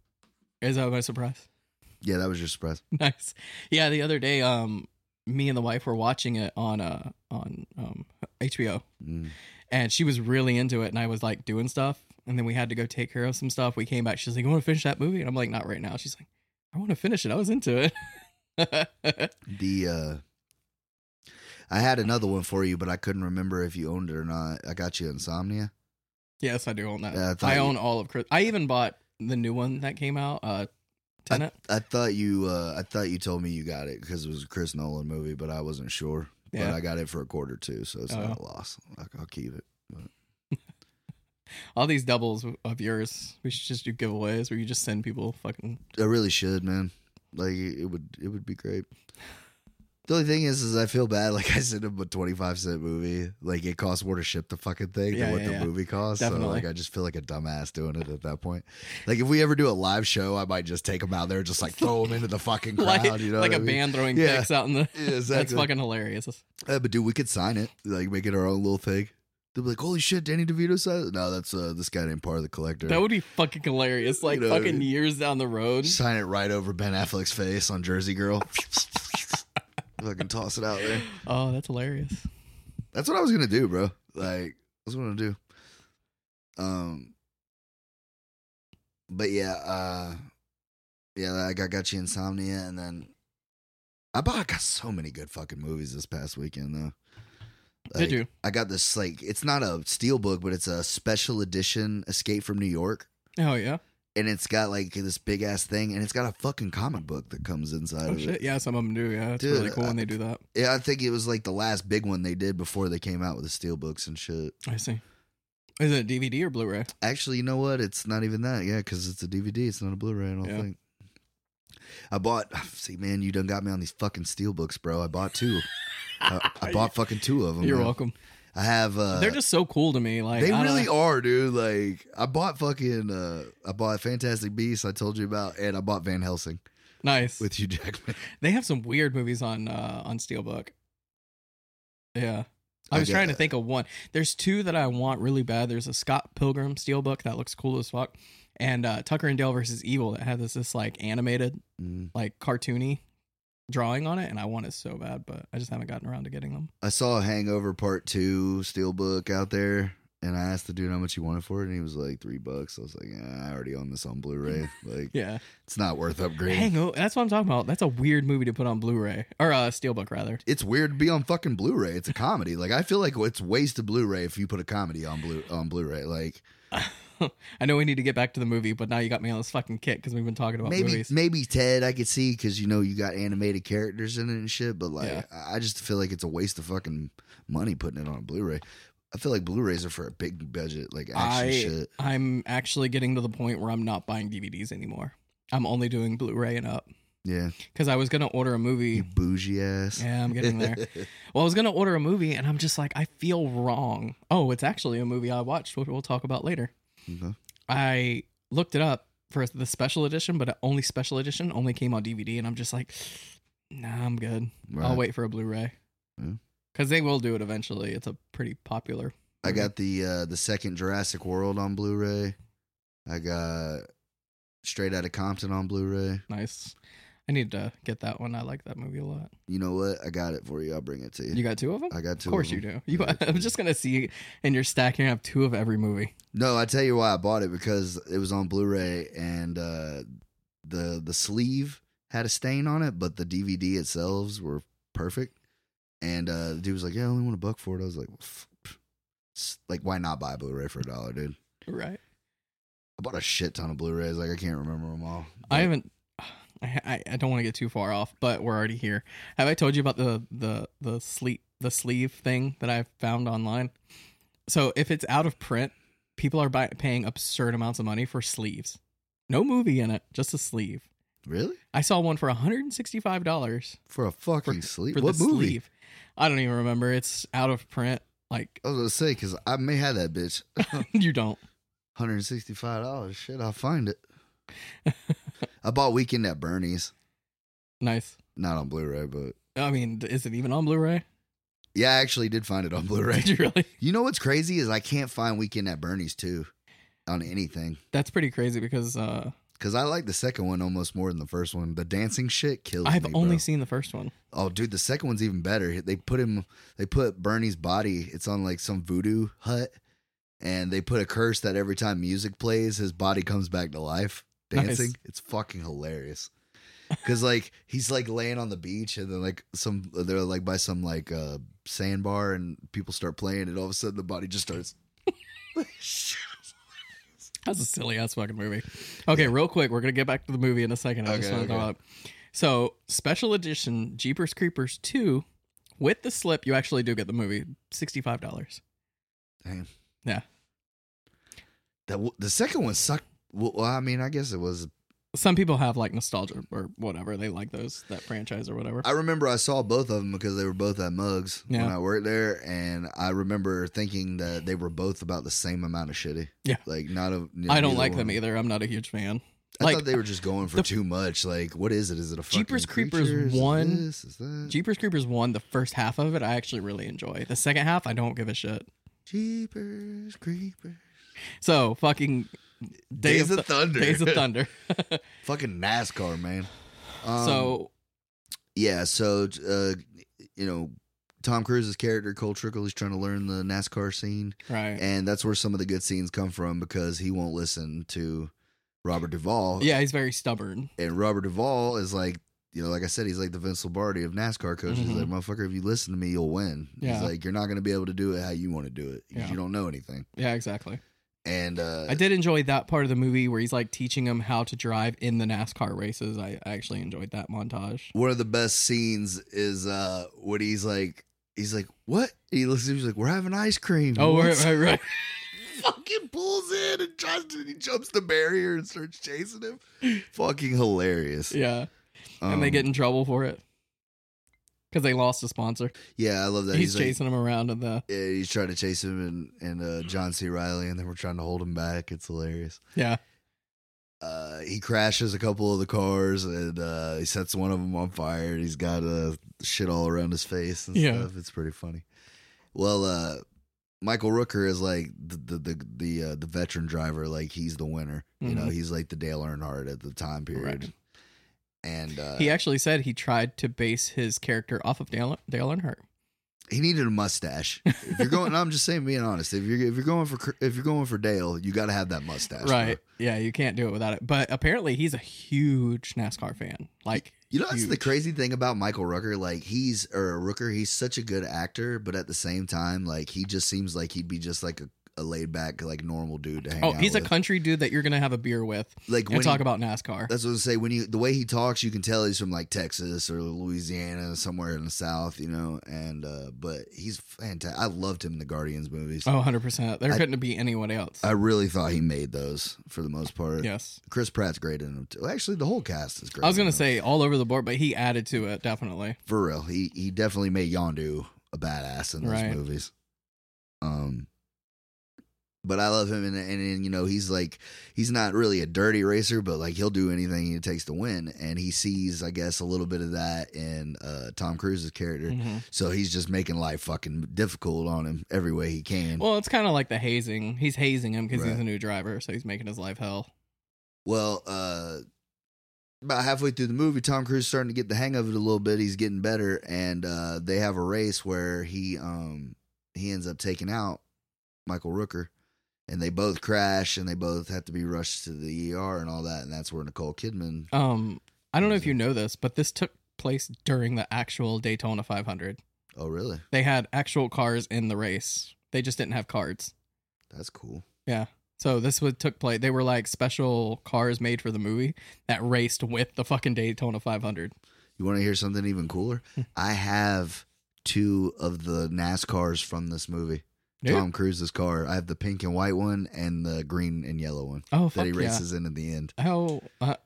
Speaker 2: is that my surprise?
Speaker 3: Yeah, that was your surprise.
Speaker 2: nice. Yeah, the other day, um, me and the wife were watching it on uh on um HBO,
Speaker 3: Mm.
Speaker 2: and she was really into it, and I was like doing stuff, and then we had to go take care of some stuff. We came back, she's like, "You want to finish that movie?" And I'm like, "Not right now." She's like, "I want to finish it. I was into it."
Speaker 3: The uh I had another one for you, but I couldn't remember if you owned it or not. I got you Insomnia.
Speaker 2: yes, I do own that.
Speaker 3: Yeah, I thought
Speaker 2: I
Speaker 3: you-
Speaker 2: own all of Chris. I even bought the new one that came out, uh, Tenet.
Speaker 3: I thought you uh I thought you told me you got it because it was a Chris Nolan movie, but I wasn't sure. But
Speaker 2: Yeah.
Speaker 3: I got it for a quarter too, so it's
Speaker 2: Oh.
Speaker 3: not a loss. Like, I'll keep it.
Speaker 2: all these doubles of yours. We should just do giveaways where you just send people fucking.
Speaker 3: I really should, man. Like it would it would be great. The only thing is, is I feel bad. Like I sent him a twenty five cent movie. Like it costs more to ship the fucking thing
Speaker 2: Yeah,
Speaker 3: than what
Speaker 2: yeah,
Speaker 3: the
Speaker 2: yeah.
Speaker 3: movie costs. So
Speaker 2: Definitely.
Speaker 3: like I just feel like a dumbass doing it at that point. Like if we ever do a live show, I might just take them out there, just like throw them into the fucking crowd.
Speaker 2: Like,
Speaker 3: you know,
Speaker 2: like a
Speaker 3: what I mean?
Speaker 2: band throwing
Speaker 3: Yeah.
Speaker 2: picks out in the.
Speaker 3: Yeah,
Speaker 2: That's
Speaker 3: exactly.
Speaker 2: fucking hilarious.
Speaker 3: Uh, but dude, we could sign it. Like make it our own little thing. They'll be like, "Holy shit, Danny DeVito signed." it?" No, that's uh, this guy named part of the collector.
Speaker 2: That would be fucking hilarious. Like
Speaker 3: You know,
Speaker 2: fucking years down the road.
Speaker 3: Sign it right over Ben Affleck's face on Jersey Girl. Fucking toss it out there.
Speaker 2: Oh, that's hilarious.
Speaker 3: That's what I was gonna do, bro. Like that's what I'm gonna do. Um, but yeah, uh, yeah, I got got you insomnia, and then I bought I got so many good fucking movies this past weekend though. Like,
Speaker 2: Did you?
Speaker 3: I got this like it's not a steel book, but it's a special edition Escape from New York,
Speaker 2: Oh yeah.
Speaker 3: and it's got like this big ass thing, and it's got a fucking comic book that comes inside
Speaker 2: Oh
Speaker 3: of it.
Speaker 2: shit. Yeah, some of them do. Yeah, it's
Speaker 3: Dude,
Speaker 2: really cool
Speaker 3: I-
Speaker 2: when they do that.
Speaker 3: Yeah, I think it was like the last big one they did before they came out with the steel books and shit.
Speaker 2: I see. Is it DVD or Blu-ray?
Speaker 3: Actually, you know what? It's not even that. Yeah, because it's a DVD. It's not a Blu-ray. I don't
Speaker 2: Yeah.
Speaker 3: think. I bought. See, man, you done got me on these fucking steel books, bro. I bought two. I, I bought fucking two of them.
Speaker 2: You're welcome.
Speaker 3: I have. uh
Speaker 2: They're just so cool to me. Like
Speaker 3: They
Speaker 2: I don't
Speaker 3: really
Speaker 2: know.
Speaker 3: are, dude. Like I bought fucking. uh I bought Fantastic Beasts. I told you about, and I bought Van Helsing
Speaker 2: nice.
Speaker 3: with Hugh Jackman.
Speaker 2: They have some weird movies on uh, on Steelbook. Yeah. I
Speaker 3: I
Speaker 2: was
Speaker 3: get
Speaker 2: trying to
Speaker 3: that.
Speaker 2: think of one. There's two that I want really bad. There's a Scott Pilgrim Steelbook that looks cool as fuck, and uh, Tucker and Dale versus Evil that had this this like animated
Speaker 3: Mm.
Speaker 2: like cartoony drawing on it, and I want it so bad, but I just haven't gotten around to getting them.
Speaker 3: I saw Hangover Part Two steel book out there. And I asked the dude how much he wanted for it, and he was like three bucks. I was like, yeah, I already own this on Blu-ray. Like,
Speaker 2: Yeah,
Speaker 3: it's not worth upgrading.
Speaker 2: Hangover. That's what I'm talking about. That's a weird movie to put on Blu-ray or uh, Steelbook rather.
Speaker 3: it's weird to be on fucking Blu-ray. It's a comedy. Like I feel like it's wasted Blu-ray if you put a comedy on blue on Blu-ray. Like
Speaker 2: I know we need to get back to the movie, but now you got me on this fucking kick because we've been talking about
Speaker 3: maybe
Speaker 2: movies.
Speaker 3: maybe Ted I could see because you know you got animated characters in it and shit. But like
Speaker 2: Yeah.
Speaker 3: I I just feel like it's a waste of fucking money putting it on a Blu-ray. I feel like Blu-rays are for a big budget like action
Speaker 2: I-
Speaker 3: shit.
Speaker 2: I'm actually getting to the point where I'm not buying DVDs anymore. I'm only doing Blu-ray and up
Speaker 3: Yeah,
Speaker 2: because I was gonna order a
Speaker 3: you
Speaker 2: movie.
Speaker 3: bougie ass.
Speaker 2: Yeah, I'm getting there. Well, I was gonna order a movie, and I'm just like, I feel wrong. Oh, it's actually a movie I watched, which we'll talk about later. Oh,
Speaker 3: Okay.
Speaker 2: I looked it up for the special edition, but only special edition only came on DVD, and I'm just like, nah, I'm good. I'll
Speaker 3: Right.
Speaker 2: wait for a Blu-ray
Speaker 3: Yeah.
Speaker 2: because they will do it eventually. It's a pretty popular.
Speaker 3: I got the uh the second Jurassic World on Blu-ray. I got Straight Outta Compton on Blu-ray.
Speaker 2: Nice. I need to get that one. I like that movie a lot.
Speaker 3: You know what? I got it for you. I'll bring it to you.
Speaker 2: You got two of them?
Speaker 3: I got two.
Speaker 2: of course
Speaker 3: them.
Speaker 2: you do. You,
Speaker 3: Yeah,
Speaker 2: I'm just gonna see in your stack. You're gonna have two of every movie.
Speaker 3: No, I tell you why I bought it because it was on Blu-ray and uh, the the sleeve had a stain on it, but the DVD itself were perfect. And uh, the dude was like, "Yeah, I only want a buck for it." I was like, "Pff, pff, s- "Like, why not buy a Blu-ray for a dollar, dude?"
Speaker 2: Right.
Speaker 3: I bought a shit ton of Blu-rays. Like, I can't remember them all.
Speaker 2: I
Speaker 3: But
Speaker 2: haven't. I, I, I don't want to get too far off, but we're already here. Have I told you about the the the sleep the sleeve thing that I found online? So if it's out of print, people are buy, paying absurd amounts of money for sleeves. No movie in it, just a sleeve.
Speaker 3: really
Speaker 2: I saw one for one hundred and sixty five dollars
Speaker 3: for a
Speaker 2: for,
Speaker 3: fucking sleep.
Speaker 2: for
Speaker 3: What
Speaker 2: the
Speaker 3: movie?
Speaker 2: sleeve. I don't even remember. It's out of print. Like
Speaker 3: I was gonna say because I may have that bitch.
Speaker 2: you don't.
Speaker 3: Hundred and sixty-five dollars. Shit, I'll find it. I bought Weekend at Bernie's.
Speaker 2: Nice.
Speaker 3: Not on Blu-ray, but
Speaker 2: I mean, is it even on Blu-ray?
Speaker 3: yeah, I actually did find it on Blu-ray.
Speaker 2: Did you really?
Speaker 3: You know what's crazy is I can't find Weekend at Bernie's too on anything
Speaker 2: That's pretty crazy because uh,
Speaker 3: because I like the second one almost more than the first one. The dancing shit kills
Speaker 2: I've
Speaker 3: me.
Speaker 2: only
Speaker 3: bro.
Speaker 2: seen the first one.
Speaker 3: oh, dude, the second one's even better. They put him. They put Bernie's body. It's on like some voodoo hut, and they put a curse that every time music plays, his body comes back to life
Speaker 2: Nice.
Speaker 3: dancing. It's fucking hilarious. Cause like he's like laying on the beach and then like some they're like by some like uh sandbar and people start playing and all of a sudden the body just starts
Speaker 2: That's a silly ass fucking movie. Okay, real quick, we're gonna get back to the movie in a second. I just
Speaker 3: Okay,
Speaker 2: want to
Speaker 3: okay.
Speaker 2: throw up. So, special edition Jeepers Creepers two, with the slip, you actually do get the movie. Sixty five dollars.
Speaker 3: Damn.
Speaker 2: Yeah.
Speaker 3: That w- the second one sucked. Well, well, I mean, I guess it was.
Speaker 2: Some people have like nostalgia or whatever. They like those that franchise or whatever.
Speaker 3: I remember I saw both of them because they were both at Mugs
Speaker 2: Yeah.
Speaker 3: when I worked there, and I remember thinking that they were both about the same amount of shitty.
Speaker 2: Yeah.
Speaker 3: like not a.
Speaker 2: I don't like
Speaker 3: one.
Speaker 2: them either. I'm not a huge fan.
Speaker 3: I
Speaker 2: Like,
Speaker 3: thought they were just going for
Speaker 2: the-
Speaker 3: too much. Like, what is it? Is it a fucking
Speaker 2: Jeepers Creepers
Speaker 3: creature? Is it
Speaker 2: one-
Speaker 3: This? Is that
Speaker 2: Jeepers Creepers one, the first half of it, I actually really enjoy. The second half, I don't give a shit.
Speaker 3: Jeepers Creepers?
Speaker 2: So fucking Day
Speaker 3: Days
Speaker 2: of
Speaker 3: of Thunder.
Speaker 2: Days of Thunder.
Speaker 3: fucking NASCAR, man. Um,
Speaker 2: so
Speaker 3: yeah, so uh, you know, Tom Cruise's character Cole Trickle, he's trying to learn the NASCAR scene.
Speaker 2: right.
Speaker 3: and that's where some of the good scenes come from because he won't listen to Robert Duvall.
Speaker 2: Yeah, he's very stubborn.
Speaker 3: and Robert Duvall is like, you know, like I said, he's like the Vince Lombardi of NASCAR coaches.
Speaker 2: Mhm.
Speaker 3: Like, motherfucker, if you listen to me, you'll win.
Speaker 2: Yeah.
Speaker 3: He's like, you're not going to be able to do it how you want to do it because
Speaker 2: Yeah.
Speaker 3: you don't know anything.
Speaker 2: Yeah, exactly.
Speaker 3: And uh,
Speaker 2: I did enjoy that part of the movie where he's like teaching him how to drive in the NASCAR races. I I actually enjoyed that montage.
Speaker 3: one of the best scenes is uh when he's like, he's like, what? He looks, he's like, we're having ice cream.
Speaker 2: Oh,
Speaker 3: What?
Speaker 2: right, right, right.
Speaker 3: fucking pulls in and tries to, he jumps the barrier and starts chasing him. fucking hilarious.
Speaker 2: Yeah. and they
Speaker 3: Um,
Speaker 2: get in trouble for it because they lost a sponsor.
Speaker 3: Yeah, I love that.
Speaker 2: He's,
Speaker 3: like,
Speaker 2: chasing him around in the.
Speaker 3: yeah, he's trying to chase him and and uh, John C. Riley, and then we're trying to hold him back. It's hilarious.
Speaker 2: Yeah.
Speaker 3: Uh, he crashes a couple of the cars, and uh, he sets one of them on fire. He's got uh, shit all around his face and
Speaker 2: Yeah.
Speaker 3: stuff. It's pretty funny. Well, uh, Michael Rooker is like the the the the, uh, the veteran driver. Like he's the winner. You know,
Speaker 2: Mhm.
Speaker 3: he's like the Dale Earnhardt at the time period.
Speaker 2: Right.
Speaker 3: And uh,
Speaker 2: He actually said he tried to base his character off of Dale, Dale Earnhardt.
Speaker 3: he needed a mustache. If you're going, I'm just saying, being honest. If you're if you're going for Cr- if you're going for Dale, you got to have that mustache, bro.
Speaker 2: right. Yeah, you can't do it without it. But apparently, he's a huge NASCAR fan. Like,
Speaker 3: You know, that's the
Speaker 2: Huge.
Speaker 3: crazy thing about Michael Rooker. Like he's or Rooker, he's such a good actor, but at the same time, like he just seems like he'd be just like a, a laid back, like normal dude to hang
Speaker 2: oh,
Speaker 3: out
Speaker 2: he's a
Speaker 3: with.
Speaker 2: country dude that you're gonna have a beer with
Speaker 3: like
Speaker 2: and
Speaker 3: when
Speaker 2: talk
Speaker 3: he-
Speaker 2: about NASCAR.
Speaker 3: That's what I say. When you the way he talks, you can tell he's from like Texas or Louisiana, somewhere in the South, you know. And uh but he's fantastic. I loved him in the Guardians movies.
Speaker 2: Oh, 100 percent. There
Speaker 3: I-
Speaker 2: couldn't be anyone else.
Speaker 3: I really thought he made those for the most part.
Speaker 2: yes.
Speaker 3: Chris Pratt's great in them too. Actually, the whole cast is great.
Speaker 2: I was
Speaker 3: in
Speaker 2: gonna
Speaker 3: them.
Speaker 2: say all over the board, but he added to it definitely.
Speaker 3: for real. He he definitely made Yondu a badass in those
Speaker 2: Right.
Speaker 3: movies. Um, but I love him, and, and and you know he's like he's not really a dirty racer, but like he'll do anything it takes to win. And he sees, I guess, a little bit of that in uh, Tom Cruise's character.
Speaker 2: Mhm.
Speaker 3: So he's just making life fucking difficult on him every way he can.
Speaker 2: Well, it's kind of like the hazing. He's hazing him because he's
Speaker 3: Right.
Speaker 2: a new driver, so he's making his life hell.
Speaker 3: Well, uh, about halfway through the movie, Tom Cruise starting to get the hang of it a little bit. He's getting better, and uh, they have a race where he um he ends up taking out Michael Rooker, and they both crash, and they both have to E be rushed to the ER and all that. And that's where Nicole Kidman.
Speaker 2: Um, I don't know if you know this, but this took place during the actual Daytona 500.
Speaker 3: Oh, really?
Speaker 2: They had actual cars in the race. They just didn't have cards.
Speaker 3: That's cool.
Speaker 2: So this was took place. They were like special cars made for the movie that raced with the fucking Daytona 500.
Speaker 3: You want to hear something even cooler?
Speaker 2: Hmm.
Speaker 3: I have two of the NASCARs from this movie.
Speaker 2: Dude.
Speaker 3: Tom Cruise's car. I have the pink and white one and the green and yellow one
Speaker 2: Oh, fuck
Speaker 3: that he
Speaker 2: yeah.
Speaker 3: races in at the end.
Speaker 2: Oh, uh,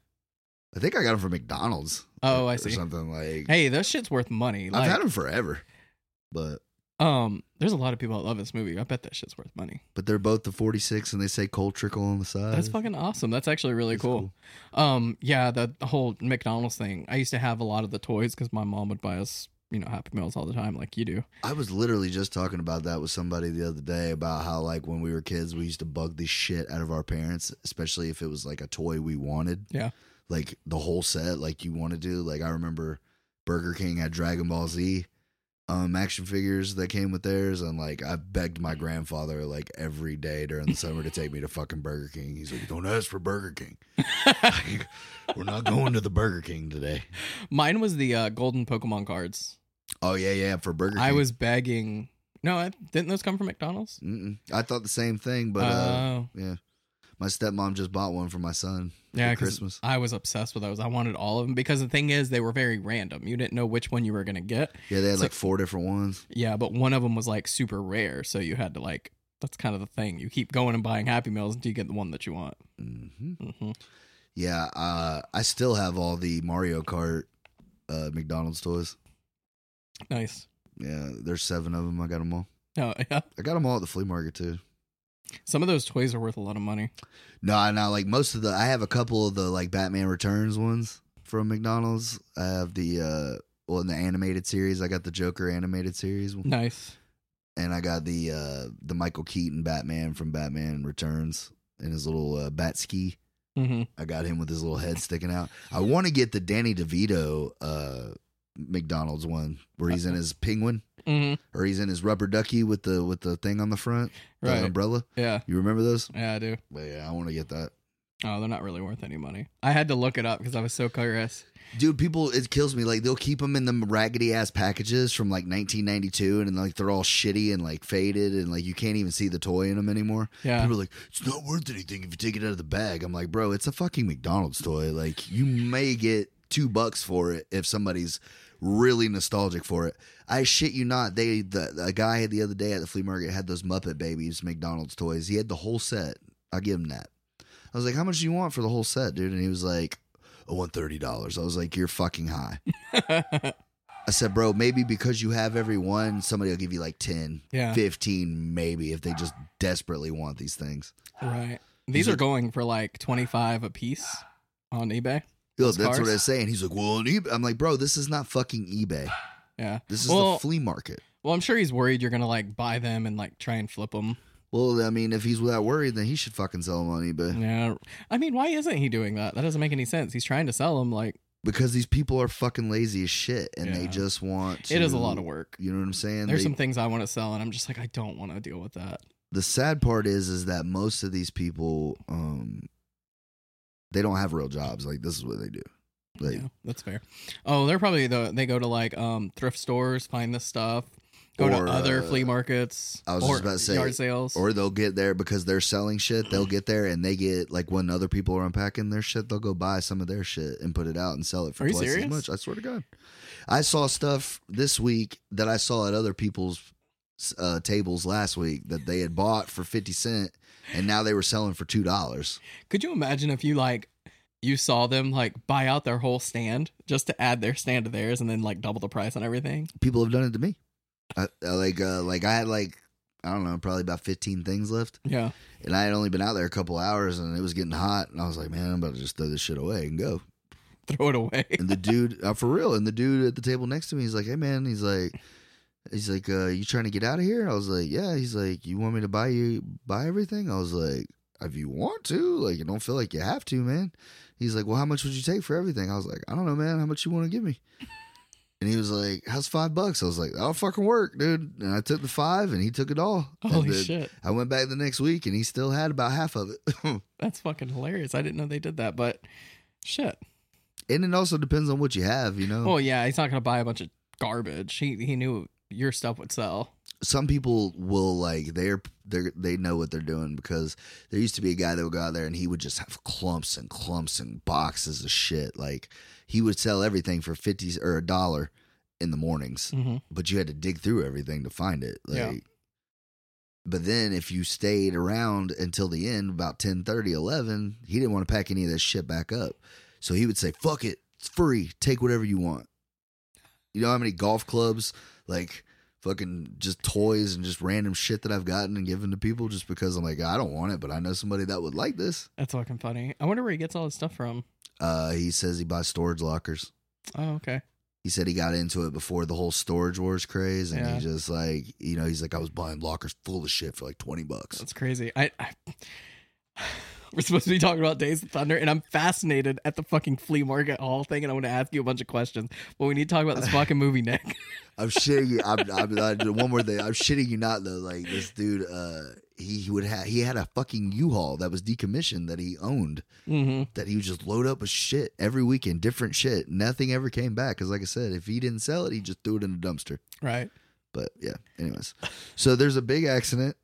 Speaker 3: I think I got them from McDonald's.
Speaker 2: oh,
Speaker 3: or,
Speaker 2: I
Speaker 3: Or
Speaker 2: see.
Speaker 3: something like.
Speaker 2: Hey, that shit's worth money.
Speaker 3: I've
Speaker 2: Like,
Speaker 3: had them forever, but
Speaker 2: um, there's a lot of people that love this movie. I bet that shit's worth money.
Speaker 3: but they're both the 46 and they say cold trickle on the side.
Speaker 2: That's fucking awesome. That's actually really
Speaker 3: It's
Speaker 2: cool. Um, yeah, the, the whole McDonald's thing. I used to have a lot of the toys because my mom would buy us, you know, Happy Meals all the time, like you do.
Speaker 3: I was literally just talking about that with somebody the other day about how like when we were kids we used to bug the shit out of our parents, especially if it was like a toy we wanted.
Speaker 2: Yeah.
Speaker 3: Like the whole set, like you want to do. Like I remember Burger King had Dragon Ball Z um action figures that came with theirs and like I begged my grandfather like every day during the summer to take me to fucking Burger King. He's like, Don't ask for Burger King. Like, We're not going to the Burger King today.
Speaker 2: Mine was the uh, golden Pokemon cards.
Speaker 3: Oh yeah, yeah, for Burger King.
Speaker 2: I was begging. No, I, didn't those come from McDonald's?
Speaker 3: Mm-mm. I thought the same thing, but uh
Speaker 2: Oh.
Speaker 3: Yeah. My stepmom just bought one for my son
Speaker 2: yeah,
Speaker 3: for
Speaker 2: 'cause
Speaker 3: Christmas.
Speaker 2: I was obsessed with those. I wanted all of them because the thing is, they were very random. You didn't know which one you were gonna get.
Speaker 3: Yeah, they had
Speaker 2: so-
Speaker 3: like four different ones.
Speaker 2: Yeah, but one of them was like super rare, so you had to like. That's kind of the thing. You keep going and buying Happy Meals until you get the one that you want.
Speaker 3: hmm
Speaker 2: hmm
Speaker 3: Yeah, uh, I still have all the Mario Kart uh, McDonald's toys.
Speaker 2: Nice.
Speaker 3: Yeah, there's seven of them. I got them all.
Speaker 2: Oh yeah.
Speaker 3: I got them all at the flea market too.
Speaker 2: Some of those toys are worth a lot of money.
Speaker 3: No, no, like most of the. I have a couple of the like Batman Returns ones from McDonald's. I have the uh, well in the animated series. I got the Joker animated series, one.
Speaker 2: Nice.
Speaker 3: and I got the uh, the Michael Keaton Batman from Batman Returns and his little uh, bat ski.
Speaker 2: hmm
Speaker 3: I got him with his little head sticking out. I want to get the Danny DeVito uh, McDonald's one where he's in his penguin
Speaker 2: hmm
Speaker 3: or he's in his rubber ducky with the with the thing on the front, the
Speaker 2: Right.
Speaker 3: umbrella.
Speaker 2: Yeah.
Speaker 3: You remember those?
Speaker 2: Yeah, I do.
Speaker 3: But yeah, I want to get that.
Speaker 2: Oh, they're not really worth any money. I had to look it up because I was so curious.
Speaker 3: Dude, people, it kills me. Like they'll keep them in them raggedy ass packages from like 1992, and like they're all shitty and like faded, and like you can't even see the toy in them anymore.
Speaker 2: Yeah.
Speaker 3: People are like, it's not worth anything if you take it out of the bag. I'm like, bro, it's a fucking McDonald's toy. Like, you may get two bucks for it if somebody's really nostalgic for it. I shit you not. They the a guy the other day at the flea market had those Muppet Babies McDonald's toys. He had the whole set. I give him that. I was like, how much do you want for the whole set, dude? And he was like, I want thirty dollars. I was like, you're fucking high. I said, bro, maybe because you have every one, somebody will give you like 10,
Speaker 2: yeah.
Speaker 3: 15 maybe if they just desperately want these things.
Speaker 2: Right. These are going for like twenty five a piece on eBay.
Speaker 3: Yo,
Speaker 2: Those
Speaker 3: that's what
Speaker 2: cars?
Speaker 3: I was saying. He's like, well, on eBay. I'm like, bro, this is not fucking eBay.
Speaker 2: Yeah.
Speaker 3: This is
Speaker 2: Well-
Speaker 3: the flea market.
Speaker 2: Well, I'm sure he's worried you're gonna like buy them and like try and flip them.
Speaker 3: Well, I mean, if he's that worried, then he should fucking sell them on eBay
Speaker 2: Yeah. I mean, why isn't he doing that? That doesn't make any sense. He's trying to sell them. Like
Speaker 3: because these people are fucking lazy as shit and they
Speaker 2: Yeah.
Speaker 3: just want.
Speaker 2: it is a
Speaker 3: to-
Speaker 2: lot of work.
Speaker 3: You know what I'm saying?
Speaker 2: There's
Speaker 3: They-
Speaker 2: some things I want to sell, and I'm just like, I don't want to deal with that.
Speaker 3: the sad part is, is that most of these people, um, they don't have real jobs. Like this is what they do. Like,
Speaker 2: yeah, that's fair. Oh, they're probably the they go to like um thrift stores, find this stuff, go
Speaker 3: Or,
Speaker 2: to other
Speaker 3: uh,
Speaker 2: flea markets.
Speaker 3: I was
Speaker 2: or
Speaker 3: just about to say,
Speaker 2: yard sales.
Speaker 3: Or they'll get there because they're selling shit. They'll get there and they get like when other people are unpacking their shit, they'll go buy some of their shit and put it out and sell it for
Speaker 2: Are you
Speaker 3: twice
Speaker 2: serious?
Speaker 3: as much. I swear to God, I saw stuff this week that I saw at other people's uh, tables last week that they had bought for fifty cent and now they were selling for two dollars.
Speaker 2: Could you imagine if you like you saw them like buy out their whole stand just to add their stand to theirs and then like double the price on everything?
Speaker 3: People have done it to me. I, I like uh, like I had like I don't know probably about fifteen things left.
Speaker 2: Yeah.
Speaker 3: And I had only been out there a couple hours and it was getting hot. And I was like, man, I'm about to just throw this shit away and go.
Speaker 2: Throw it away.
Speaker 3: And the dude, uh, for real, and the dude at the table next to me, he's like, "Hey, man," he's like, "He's like, uh, you trying to get out of here?" I was like, "Yeah." He's like, "You want me to buy you buy everything?" I was like, "If you want to, like, you don't feel like you have to, man." He's like, "Well, how much would you take for everything?" I was like, "I don't know, man. How much you want to give me?" And he was like, "How's five bucks?" I was like, "That'll fucking work, dude." And I took the five, and he took it all.
Speaker 2: Holy
Speaker 3: and then
Speaker 2: Oh, shit.
Speaker 3: I went back the next week, and he still had about half of it.
Speaker 2: That's fucking hilarious. I didn't know they did that, but shit.
Speaker 3: and it also depends on what you have, you know.
Speaker 2: Well, yeah, he's not gonna buy a bunch of garbage. He he knew your stuff would sell.
Speaker 3: Some people will like they're they are they know what they're doing because there used to be a guy that would go out there and he would just have clumps and clumps and boxes of shit. Like he would sell everything for fifty or a dollar in the mornings,
Speaker 2: Mhm.
Speaker 3: but you had to dig through everything to find it. Like,
Speaker 2: Yeah.
Speaker 3: But then if you stayed around until the end, about 10, 11, he didn't want to pack any of that shit back up. So he would say, fuck it. It's free. Take whatever you want. You know how many golf clubs, like fucking just toys and just random shit that I've gotten and given to people just because I'm like, I don't want it, but I know somebody that would like this.
Speaker 2: That's fucking funny. I wonder where he gets all his stuff from.
Speaker 3: Uh, he says he buys storage lockers.
Speaker 2: Oh, okay.
Speaker 3: he said he got into it before the whole storage wars craze and
Speaker 2: Yeah.
Speaker 3: he just like you know he's like i was buying lockers full of shit for like 20 bucks
Speaker 2: That's crazy. I, I we're supposed to be talking about Days of Thunder, and I'm fascinated at the fucking flea market hall thing, and I want to ask you a bunch of questions. But we need to talk about this fucking movie, Nick.
Speaker 3: i'm shitting you i'm, I'm, i one more thing i'm shitting you not though like this dude uh he, he would have he had a fucking u-haul that was decommissioned that he owned
Speaker 2: mm-hmm.
Speaker 3: that he would just load up with shit every weekend different shit nothing ever came back because like i said if he didn't sell it he just threw it in a dumpster
Speaker 2: Right.
Speaker 3: but yeah anyways so there's a big accident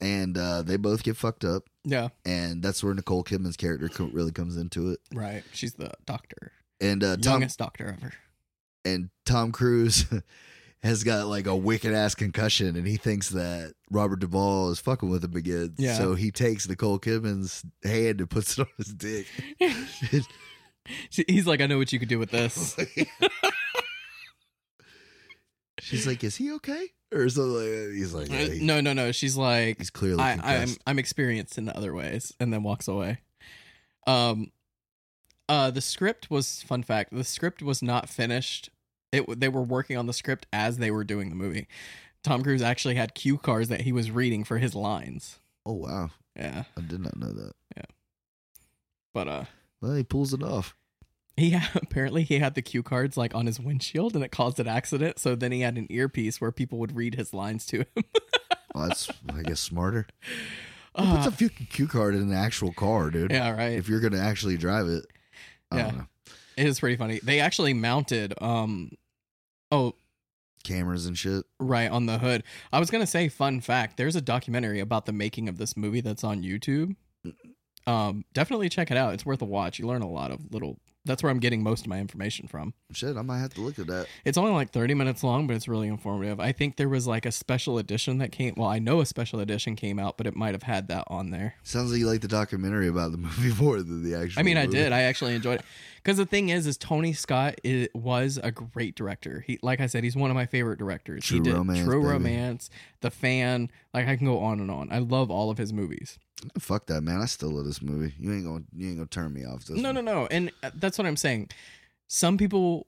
Speaker 3: and uh they both get fucked up
Speaker 2: Yeah.
Speaker 3: and that's where nicole kidman's character co- really comes into it
Speaker 2: Right. She's the doctor,
Speaker 3: and uh, Tom
Speaker 2: youngest doctor ever.
Speaker 3: and Tom Cruise has got like a wicked ass concussion, and he thinks that Robert Duvall is fucking with him again.
Speaker 2: Yeah.
Speaker 3: So he takes Nicole Kidman's hand and puts it on his dick.
Speaker 2: She- He's like, I know what you could do with this.
Speaker 3: She's like, "Is he okay?" Or something. Like that. He's like, yeah,
Speaker 2: Uh,
Speaker 3: he-
Speaker 2: no, no, no. She's like,
Speaker 3: he's clearly
Speaker 2: I, I'm
Speaker 3: concussed."
Speaker 2: I'm experienced in other ways, and then walks away. Um, uh, the script was fun fact. The script was not finished. It w- they were working on the script as they were doing the movie. Tom Cruise actually had cue cards that he was reading for his lines.
Speaker 3: Oh wow,
Speaker 2: Yeah,
Speaker 3: I did not know that.
Speaker 2: but uh,
Speaker 3: Well, he pulls it off.
Speaker 2: he had, apparently he had the cue cards like on his windshield, and it caused an accident. So then he had an earpiece where people would read his lines to him.
Speaker 3: Well, that's I guess smarter. Who
Speaker 2: Uh,
Speaker 3: puts a fucking cue card in an actual car, dude?
Speaker 2: yeah, right.
Speaker 3: If you're gonna actually drive it, I
Speaker 2: Yeah.
Speaker 3: don't know.
Speaker 2: It is pretty funny. They actually mounted um oh
Speaker 3: Cameras and shit.
Speaker 2: Right on the hood. I was gonna say, fun fact: there's a documentary about the making of this movie that's on YouTube. Um, definitely check it out. It's worth a watch. You learn a lot of little. That's where I'm getting most of my information from.
Speaker 3: Shit, I might have to look at that.
Speaker 2: It's only like 30 minutes long, but it's really informative. I think there was like a special edition that came. Well, I know a special edition came out, but it might have had that on there.
Speaker 3: Sounds like you like the documentary about the movie more than the actual.
Speaker 2: I mean, I
Speaker 3: movie.
Speaker 2: did. I actually enjoyed it because the thing is, is Tony Scott i was a great director. He, like I said, he's one of my favorite directors. he
Speaker 3: True
Speaker 2: did
Speaker 3: Romance,
Speaker 2: True
Speaker 3: baby.
Speaker 2: Romance, The Fan. Like I can go on and on. I love all of his movies.
Speaker 3: Fuck that, man. I still love this movie. You ain't gonna, you ain't gonna turn me off. This
Speaker 2: No, no, no. And uh, that's what I'm saying. Some people,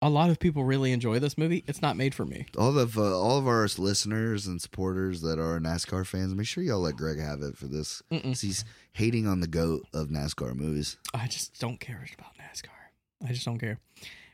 Speaker 2: a lot of people, really enjoy this movie. It's not made for me.
Speaker 3: All of uh, all of our listeners and supporters that are NASCAR fans, make sure y'all let Greg have it for this.
Speaker 2: Mm-mm.
Speaker 3: 'Cause He's hating on the goat of NASCAR movies.
Speaker 2: I just don't care about NASCAR. I just don't care.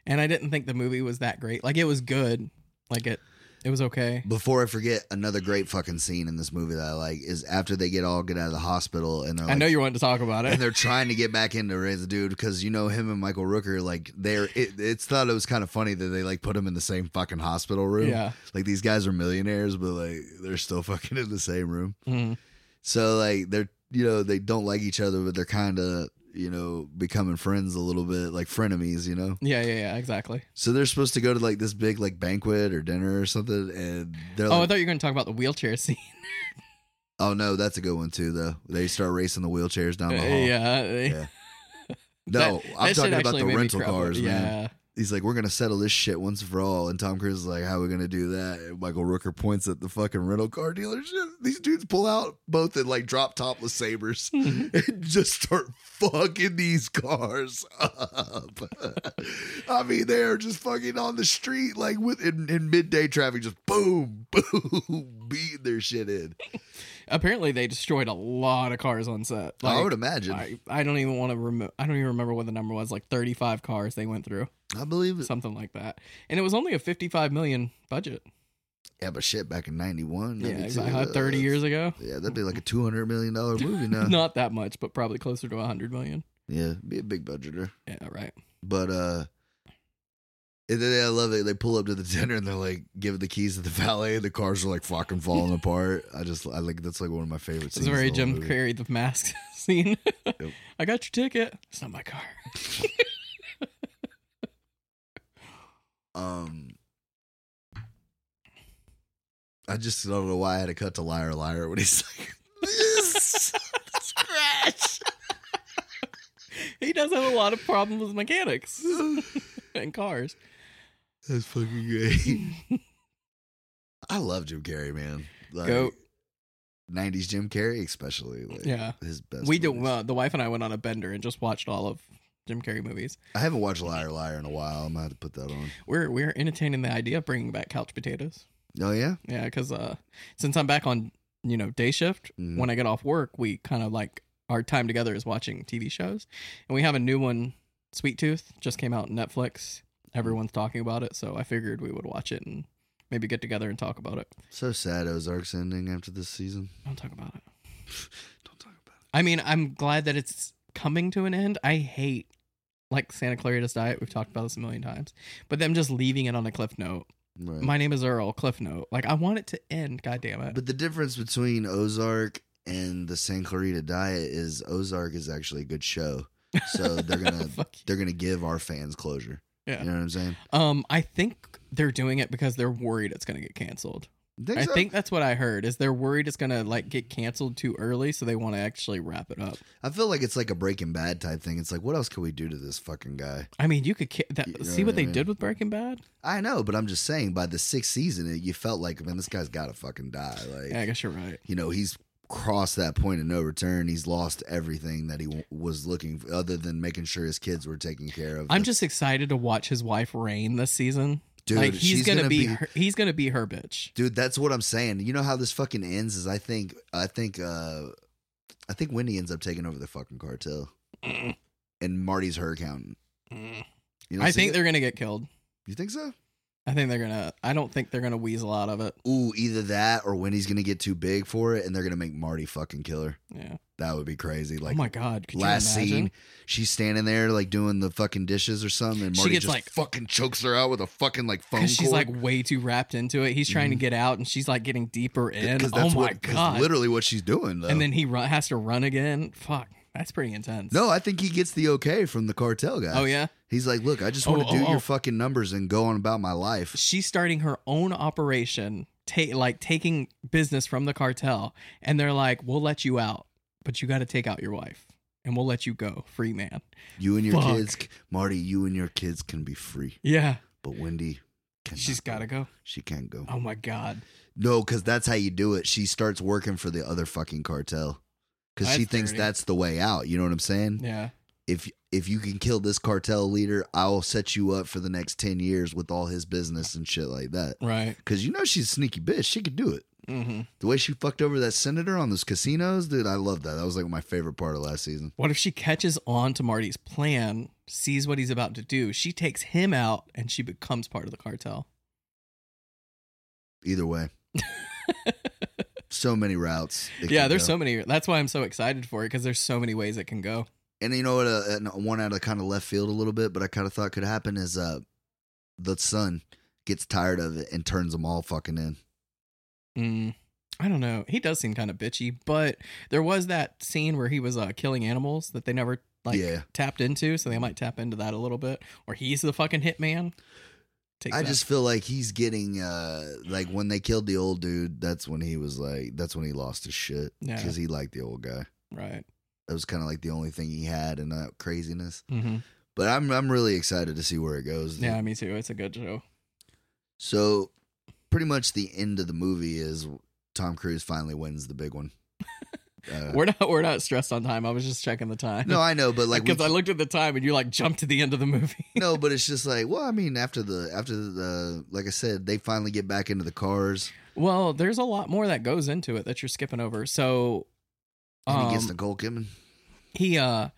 Speaker 2: And I didn't think the movie was that great. Like it was good. Like it, it was okay.
Speaker 3: Before I forget, another great fucking scene in this movie that I like is after they get all get out of the hospital and they're
Speaker 2: I
Speaker 3: like,
Speaker 2: know you wanted to talk about
Speaker 3: and
Speaker 2: it.
Speaker 3: they're trying to get back into Raise the Dude because you know him and Michael Rooker like they're it, it's thought it was kind of funny that they like put him in the same fucking hospital room.
Speaker 2: Yeah.
Speaker 3: Like these guys are millionaires, but like they're still fucking in the same room.
Speaker 2: Mm.
Speaker 3: So like they're you know they don't like each other, but they're kind of you know becoming friends a little bit, like frenemies, you know.
Speaker 2: Yeah, yeah, yeah. Exactly.
Speaker 3: So they're supposed to go to like this big like banquet or dinner or something, and they're
Speaker 2: Oh, I
Speaker 3: like,
Speaker 2: thought you were going to talk about the wheelchair scene.
Speaker 3: oh no, that's a good one too. Though they start racing the wheelchairs down the hall.
Speaker 2: Uh, yeah.
Speaker 3: Yeah. No,
Speaker 2: That-
Speaker 3: I'm
Speaker 2: that shit
Speaker 3: talking about
Speaker 2: actually
Speaker 3: the
Speaker 2: made me
Speaker 3: rental
Speaker 2: cry.
Speaker 3: cars,
Speaker 2: yeah.
Speaker 3: man. he's like, we're gonna settle this shit once for all. And Tom Cruise is like, how are we gonna do that? And Michael Rooker points at the fucking rental car dealership. These dudes pull out both in like drop topless sabers and just start fucking these cars up. I mean, they're just fucking on the street like with in, in midday traffic, just boom, boom, beating their shit in.
Speaker 2: Apparently, they destroyed a lot of cars on set.
Speaker 3: I
Speaker 2: Like,
Speaker 3: would imagine. I,
Speaker 2: I, I don't even want to remember. I don't even remember what the number was. Like 35 cars they went through,
Speaker 3: believe it.
Speaker 2: something like that. And it was only a 55 million budget.
Speaker 3: Yeah, but shit, back in '91,
Speaker 2: Yeah, exactly. 30 years ago.
Speaker 3: uh, Yeah, that'd be like a two hundred million dollar movie now.
Speaker 2: Not that much, but probably closer to 100 million.
Speaker 3: Yeah, be a big budgeter.
Speaker 2: Yeah, right.
Speaker 3: But uh and then I love it. They pull up to the dinner and they're like giving the keys to the valet. and The cars are like fucking falling apart. I just I like that's like one of my favorite
Speaker 2: It's
Speaker 3: scenes. in
Speaker 2: very
Speaker 3: the whole
Speaker 2: Jim
Speaker 3: movie.
Speaker 2: Carrey the mask scene. I got your ticket. It's not my car.
Speaker 3: Um I just don't know why I had to cut to liar liar when he's like this scratch.
Speaker 2: He does have a lot of problems with mechanics and cars.
Speaker 3: That's fucking great. I love Jim Carrey, man. Like,
Speaker 2: Goat.
Speaker 3: 90s Jim Carrey, especially. Like,
Speaker 2: Yeah.
Speaker 3: His best.
Speaker 2: we do.
Speaker 3: movies.
Speaker 2: Uh, the wife and I went on a bender and just watched all of Jim Carrey movies.
Speaker 3: I haven't watched Liar Liar in a while. I'm going to have to put that on.
Speaker 2: We're we're entertaining the idea of bringing back couch potatoes.
Speaker 3: Oh, yeah?
Speaker 2: Yeah, because uh, since I'm back on you know day shift,
Speaker 3: Mhm.
Speaker 2: when I get off work, we kind of like our time together is watching TV shows, and we have a new one, Sweet Tooth, just came out on Netflix. Everyone's talking about it, so I figured we would watch it and maybe get together and talk about it.
Speaker 3: So sad Ozark's ending after this season.
Speaker 2: Don't talk about it.
Speaker 3: Don't talk about
Speaker 2: I mean, I'm glad that it's coming to an end. I hate like Santa Clarita's diet. We've talked about this a million times, but them just leaving it on a cliff note.
Speaker 3: it. Right.
Speaker 2: My name is Earl. Cliff note. Like I want it to end. God damn it.
Speaker 3: But the difference between Ozark and the San Clarita Diet is Ozark is actually a good show. So they're gonna
Speaker 2: Fuck you.
Speaker 3: they're gonna give our fans closure.
Speaker 2: Yeah.
Speaker 3: You know what I'm saying?
Speaker 2: Um, I think they're doing it because they're worried it's gonna get canceled. I
Speaker 3: so?
Speaker 2: think that's what I heard. Is they're worried it's gonna like get canceled too early, so they want to actually wrap it up.
Speaker 3: I feel like it's like a Breaking Bad type thing. It's like, what else can we do to this fucking guy?
Speaker 2: I mean, you could ca- that,
Speaker 3: You know
Speaker 2: see what
Speaker 3: what I
Speaker 2: they
Speaker 3: mean?
Speaker 2: did with Breaking Bad.
Speaker 3: I know, but I'm just saying. By the sixth season, it, you felt like, man, this guy's got to fucking die. Like,
Speaker 2: Yeah, I guess you're right.
Speaker 3: you know, he's crossed that point of no return. He's lost everything that he w- was looking for, other than making sure his kids were taken care of.
Speaker 2: I'm just excited to watch his wife reign this season.
Speaker 3: dude.
Speaker 2: like he's
Speaker 3: she's
Speaker 2: gonna, be, her, he's gonna be her bitch.
Speaker 3: dude. That's what I'm saying. You know how this fucking ends is I think I think uh I think Wendy ends up taking over the fucking cartel, Mm-hmm.
Speaker 2: Mm,
Speaker 3: and Marty's her accountant.
Speaker 2: mm.
Speaker 3: You
Speaker 2: I
Speaker 3: see
Speaker 2: think
Speaker 3: it?
Speaker 2: they're gonna get killed.
Speaker 3: You think so?
Speaker 2: I think they're gonna. I don't think they're gonna weasel out of it.
Speaker 3: Ooh, either that or Wendy's gonna get too big for it, and they're gonna make Marty fucking kill her.
Speaker 2: Yeah.
Speaker 3: That would be crazy. Like
Speaker 2: oh my god. Could
Speaker 3: last
Speaker 2: you imagine?
Speaker 3: scene, she's standing there like doing the fucking dishes or something, and
Speaker 2: She
Speaker 3: Marty
Speaker 2: gets,
Speaker 3: just
Speaker 2: like-
Speaker 3: fucking chokes her out with a fucking like phone
Speaker 2: Because she's
Speaker 3: cord.
Speaker 2: like way too wrapped into it. He's trying to get out, and she's like getting deeper in.
Speaker 3: Because
Speaker 2: Oh
Speaker 3: that's
Speaker 2: my
Speaker 3: what, 'cause
Speaker 2: god!
Speaker 3: literally what she's doing. Though.
Speaker 2: and then he run, has to run again. Fuck, that's pretty intense.
Speaker 3: no, I think he gets the okay from the cartel guy.
Speaker 2: Oh yeah,
Speaker 3: he's like, look, I just
Speaker 2: Oh,
Speaker 3: want to do
Speaker 2: oh, oh.
Speaker 3: your fucking numbers and go on about my life.
Speaker 2: she's starting her own operation, ta- like taking business from the cartel, and they're like, "We'll let you out, but you got to take out your wife, and we'll let you go, free man."
Speaker 3: You and your
Speaker 2: Fuck.
Speaker 3: kids, c- Marty. You and your kids can be free,
Speaker 2: Yeah,
Speaker 3: but Wendy, cannot
Speaker 2: she's got to go.
Speaker 3: She can't go.
Speaker 2: Oh my god,
Speaker 3: No, because that's how you do it. She starts working for the other fucking cartel because she
Speaker 2: That's
Speaker 3: thinks
Speaker 2: dirty.
Speaker 3: that's the way out. You know what I'm saying?
Speaker 2: yeah.
Speaker 3: If if you can kill this cartel leader, I'll set you up for the next ten years with all his business and shit like that.
Speaker 2: Right.
Speaker 3: Because you know she's a sneaky bitch. She could do it.
Speaker 2: hmm
Speaker 3: The way she fucked over that senator on those casinos, dude, I love that. That was like my favorite part of last season.
Speaker 2: What if she catches on to Marty's plan, sees what he's about to do? She takes him out, and she becomes part of the cartel.
Speaker 3: Either way, so many routes. it
Speaker 2: yeah,
Speaker 3: could
Speaker 2: there's
Speaker 3: go.
Speaker 2: so many. That's why I'm so excited for it because there's so many ways it can go.
Speaker 3: and you know what? Uh, and one out of kind of left field a little bit, but I kind of thought could happen is uh, the son gets tired of it and turns them all fucking in.
Speaker 2: Mm, I don't know. He does seem kind of bitchy, but there was that scene where he was uh, killing animals that they never like
Speaker 3: yeah,
Speaker 2: tapped into, so they might tap into that a little bit. Or he's the fucking hitman. Take
Speaker 3: I
Speaker 2: that.
Speaker 3: just feel like he's getting uh, like when they killed the old dude. That's when he was like, that's when he lost his shit
Speaker 2: Yeah.
Speaker 3: because he liked the old guy.
Speaker 2: right.
Speaker 3: That was kind of like the only thing he had in that craziness.
Speaker 2: hmm
Speaker 3: But I'm I'm really excited to see where it goes. dude.
Speaker 2: Yeah, me too. It's a good show.
Speaker 3: So pretty much the end of the movie is Tom Cruise finally wins the big one. Uh,
Speaker 2: We're not we're not stressed on time. I was just checking the time.
Speaker 3: no, I know, but like we
Speaker 2: because I looked at the time and you like jumped to the end of the movie.
Speaker 3: no, but it's just like, well, I mean, after the after the like I said, they finally get back into the cars.
Speaker 2: well, there's a lot more that goes into it that you're skipping over. So,
Speaker 3: And
Speaker 2: um,
Speaker 3: he gets Nicole Kidman.
Speaker 2: he uh,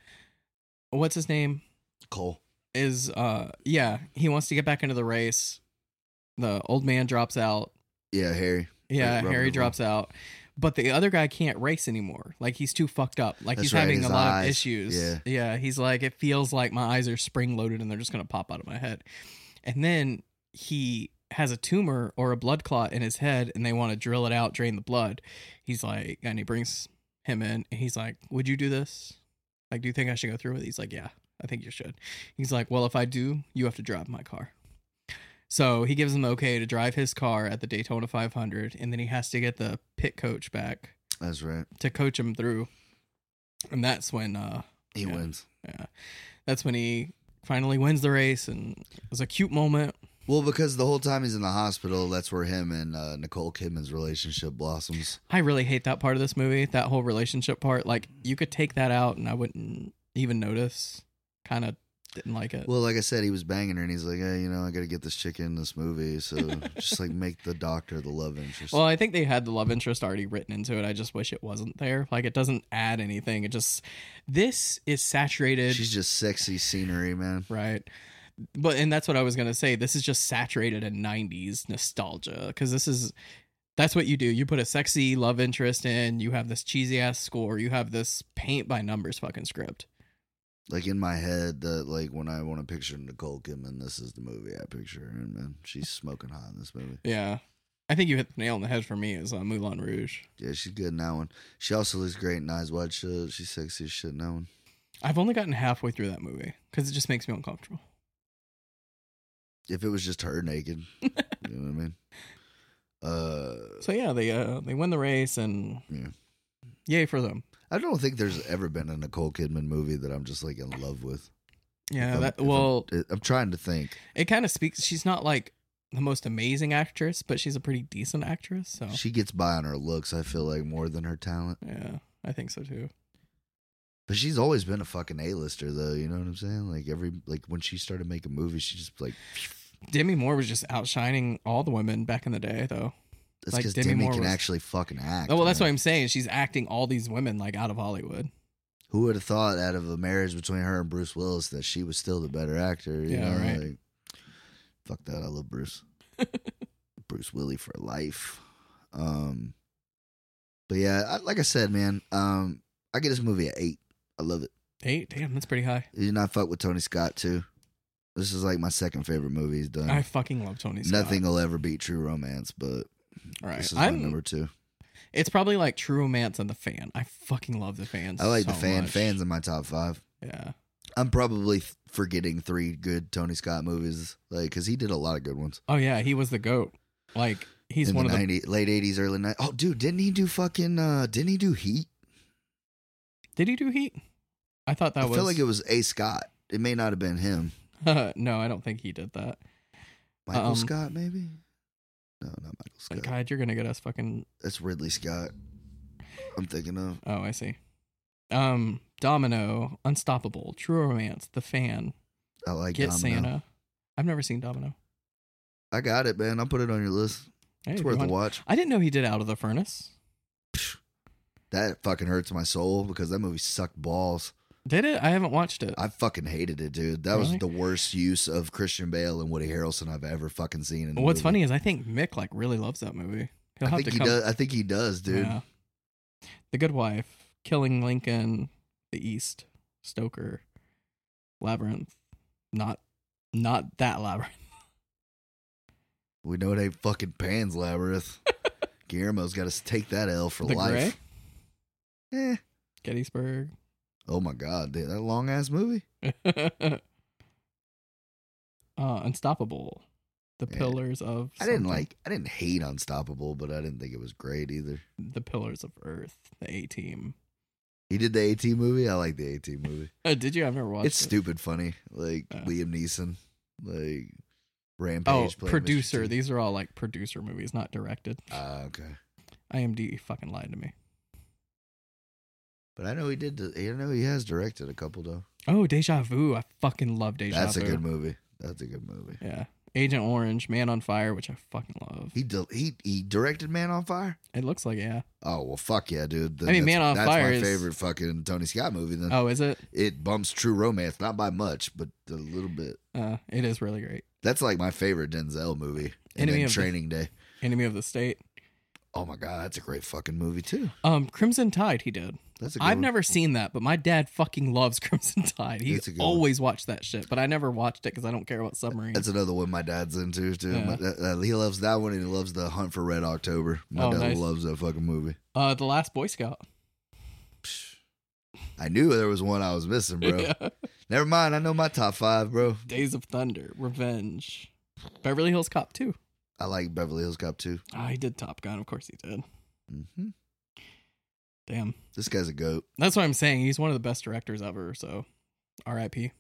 Speaker 2: what's his name?
Speaker 3: Cole.
Speaker 2: is uh yeah he wants to get back into the race the old man drops out
Speaker 3: Yeah, Harry.
Speaker 2: yeah
Speaker 3: Like Robert
Speaker 2: harry
Speaker 3: Duvall.
Speaker 2: drops out but the other guy can't race anymore. Like he's too fucked up. Like
Speaker 3: That's
Speaker 2: he's
Speaker 3: right,
Speaker 2: having
Speaker 3: his
Speaker 2: a lot of
Speaker 3: eyes.
Speaker 2: issues.
Speaker 3: Yeah.
Speaker 2: He's like, it feels like my eyes are spring loaded and they're just gonna pop out of my head. And then he has a tumor or a blood clot in his head, and they want to drill it out, drain the blood. He's like, and he brings him in, and he's like, "Would you do this? Like, do you think I should go through with it?" He's like, "Yeah, I think you should." He's like, "Well, if I do, you have to drive my car." So he gives him the okay to drive his car at the Daytona 500, and then he has to get the pit coach back
Speaker 3: That's right.
Speaker 2: to coach him through. And that's when uh
Speaker 3: He
Speaker 2: Yeah.
Speaker 3: wins.
Speaker 2: yeah, that's when he finally wins the race and it was a cute moment.
Speaker 3: Well, because the whole time he's in the hospital, that's where him and uh, Nicole Kidman's relationship blossoms.
Speaker 2: I really hate that part of this movie, that whole relationship part. Like you could take that out and I wouldn't even notice. Kind of didn't like it.
Speaker 3: Well, like I said, he was banging her, and he's like, "Hey, you know, I got to get this chick in this movie, so just like make the doctor the love interest."
Speaker 2: Well, I think they had the love interest already written into it. I just wish it wasn't there. Like it doesn't add anything. It just this is saturated
Speaker 3: She's just sexy scenery, man.
Speaker 2: Right. But and that's what I was gonna say. This is just saturated in '90s nostalgia because this is that's what you do. You put a sexy love interest in. You have this cheesy ass score. You have this paint by numbers fucking script.
Speaker 3: Like in my head, that like when I want to picture Nicole Kidman, this is the movie I picture her in, man. She's smoking hot in this movie.
Speaker 2: Yeah, I think you hit the nail on the head for me. Is uh, Moulin Rouge.
Speaker 3: Yeah, she's good in that one. She also looks great in Eyes Wide Shut. She's sexy as shit in that one.
Speaker 2: I've only gotten halfway through that movie because it just makes me uncomfortable.
Speaker 3: If it was just her naked, you know what I mean? Uh,
Speaker 2: So yeah, they uh, they win the race and
Speaker 3: Yeah.
Speaker 2: yay for them.
Speaker 3: I don't think there's ever been a Nicole Kidman movie that I'm just like in love with. If
Speaker 2: Yeah,
Speaker 3: I'm-
Speaker 2: that
Speaker 3: if I'm-
Speaker 2: well,
Speaker 3: I'm trying to think.
Speaker 2: it kind of speaks. She's not like the most amazing actress, but she's a pretty decent actress. So
Speaker 3: She gets by on her looks, I feel like, more than her talent.
Speaker 2: yeah, I think so too.
Speaker 3: But she's always been a fucking A-lister, though. You know what I'm saying? Like every like when she started making movies, she just like
Speaker 2: Demi Moore was just outshining all the women back in the day, though.
Speaker 3: that's
Speaker 2: Like
Speaker 3: because
Speaker 2: Demi
Speaker 3: Demi,
Speaker 2: Moore
Speaker 3: can
Speaker 2: was-
Speaker 3: actually fucking act.
Speaker 2: Oh, well, that's what
Speaker 3: man.
Speaker 2: I'm saying. She's acting all these women like out of Hollywood.
Speaker 3: Who would have thought out of a marriage between her and Bruce Willis that she was still the better actor? You
Speaker 2: Yeah,
Speaker 3: know,
Speaker 2: right.
Speaker 3: like fuck that. I love Bruce. Bruce Willie for life. Um, but yeah, I, like I said, man, um, I get this movie at eight. I love it.
Speaker 2: Eight, damn, that's pretty high.
Speaker 3: Did you not fuck with Tony Scott too? This is like my second favorite movie he's done.
Speaker 2: I fucking love Tony Scott.
Speaker 3: Nothing will ever beat True Romance, but
Speaker 2: All right.
Speaker 3: this is my
Speaker 2: I'm,
Speaker 3: number two.
Speaker 2: It's probably like True Romance and The Fan. I fucking love The Fan.
Speaker 3: I like
Speaker 2: so
Speaker 3: the fan.
Speaker 2: much.
Speaker 3: Fans in my top five.
Speaker 2: Yeah.
Speaker 3: I'm probably th- forgetting three good Tony Scott movies, like because he did a lot of good ones.
Speaker 2: Oh yeah, he was the goat. Like he's
Speaker 3: in
Speaker 2: one
Speaker 3: the
Speaker 2: of the.
Speaker 3: 90, late '80s, early '90s. Oh, dude, didn't he do fucking? uh Didn't he do Heat?
Speaker 2: Did he do Heat? I thought that
Speaker 3: I
Speaker 2: was.
Speaker 3: feel like it was A. Scott. It may not have been him.
Speaker 2: no, I don't think he did that.
Speaker 3: Michael
Speaker 2: Um, uh,
Speaker 3: Scott, maybe. No, not Michael Scott.
Speaker 2: God, you're gonna get us fucking.
Speaker 3: That's Ridley Scott. I'm thinking of.
Speaker 2: Oh, I see. Um, Domino, Unstoppable, True Romance, The Fan,
Speaker 3: I like
Speaker 2: Get
Speaker 3: Domino.
Speaker 2: Santa. I've never seen Domino.
Speaker 3: I got it, man. I'll put it on your list.
Speaker 2: Hey,
Speaker 3: It's
Speaker 2: if you
Speaker 3: worth a
Speaker 2: want-
Speaker 3: watch.
Speaker 2: I didn't know he did Out of the Furnace.
Speaker 3: That fucking hurts my soul because that movie sucked balls.
Speaker 2: Did it? I haven't watched it.
Speaker 3: I fucking hated it, dude. That
Speaker 2: Really?
Speaker 3: was the worst use of Christian Bale and Woody Harrelson I've ever fucking seen. In a
Speaker 2: What's
Speaker 3: movie.
Speaker 2: funny is I think Mick like really loves that movie. He'll
Speaker 3: I
Speaker 2: have
Speaker 3: think
Speaker 2: to
Speaker 3: he
Speaker 2: come.
Speaker 3: does. I think he does, dude.
Speaker 2: Yeah. The Good Wife, Killing Lincoln, The East, Stoker, Labyrinth. Not, not that labyrinth.
Speaker 3: We know it ain't fucking Pan's Labyrinth. Guillermo's got to take that L for
Speaker 2: the Gray,
Speaker 3: life. Eh.
Speaker 2: Gettysburg.
Speaker 3: Oh my god, dude, that long ass movie.
Speaker 2: uh, Unstoppable, The
Speaker 3: Yeah.
Speaker 2: Pillars of.
Speaker 3: I didn't
Speaker 2: something.
Speaker 3: like. I didn't hate Unstoppable, but I didn't think it was great either.
Speaker 2: The Pillars of Earth, The A Team.
Speaker 3: He did the AT movie. I like the AT movie.
Speaker 2: Uh, did you? I've never watched.
Speaker 3: it's
Speaker 2: it.
Speaker 3: stupid funny. Like
Speaker 2: Yeah.
Speaker 3: Liam Neeson, like
Speaker 2: Oh,
Speaker 3: Rampage. playing Mr.
Speaker 2: producer.
Speaker 3: T.
Speaker 2: These are all like producer movies, not directed.
Speaker 3: Ah, okay.
Speaker 2: IMDb fucking lied to me.
Speaker 3: But I know he did. I know he has directed a couple though.
Speaker 2: Oh, Deja Vu. I fucking love Deja
Speaker 3: That's
Speaker 2: Vu.
Speaker 3: a good movie. That's a good movie.
Speaker 2: Yeah. Agent Orange, Man on Fire, which I fucking love.
Speaker 3: He di- he he directed Man on Fire.
Speaker 2: It looks like yeah.
Speaker 3: Oh well, fuck yeah, dude. Then
Speaker 2: I mean,
Speaker 3: that's-
Speaker 2: Man on
Speaker 3: that's
Speaker 2: Fire
Speaker 3: my
Speaker 2: is-
Speaker 3: favorite fucking Tony Scott movie. Then
Speaker 2: Oh, is it?
Speaker 3: it bumps True Romance not by much, but a little bit.
Speaker 2: Uh, it is really great.
Speaker 3: That's like my favorite Denzel movie. And
Speaker 2: Enemy
Speaker 3: then
Speaker 2: of the-
Speaker 3: Training Day.
Speaker 2: Enemy of the State.
Speaker 3: Oh my god, that's a great fucking movie too.
Speaker 2: Um, Crimson Tide, he did.
Speaker 3: That's a good
Speaker 2: I've
Speaker 3: one.
Speaker 2: never seen that, but my dad fucking loves Crimson Tide. He's
Speaker 3: It's a good one.
Speaker 2: always watched that shit, but I never watched it because I don't care about submarines.
Speaker 3: That's another one my dad's into too.
Speaker 2: Yeah.
Speaker 3: My dad- uh, he loves that one and he loves the Hunt for Red October. My
Speaker 2: Oh,
Speaker 3: dad
Speaker 2: nice.
Speaker 3: loves that fucking movie.
Speaker 2: uh, the Last Boy Scout.
Speaker 3: I knew there was one I was missing, bro.
Speaker 2: Yeah.
Speaker 3: Never mind, I know my top five, bro.
Speaker 2: Days of Thunder, Revenge, Beverly Hills Cop 2.
Speaker 3: I like Beverly Hills Cop too.
Speaker 2: Ah, he did Top Gun. Of course he did.
Speaker 3: hmm
Speaker 2: Damn.
Speaker 3: This guy's a goat.
Speaker 2: That's what I'm saying. He's one of the best directors ever. So RIP.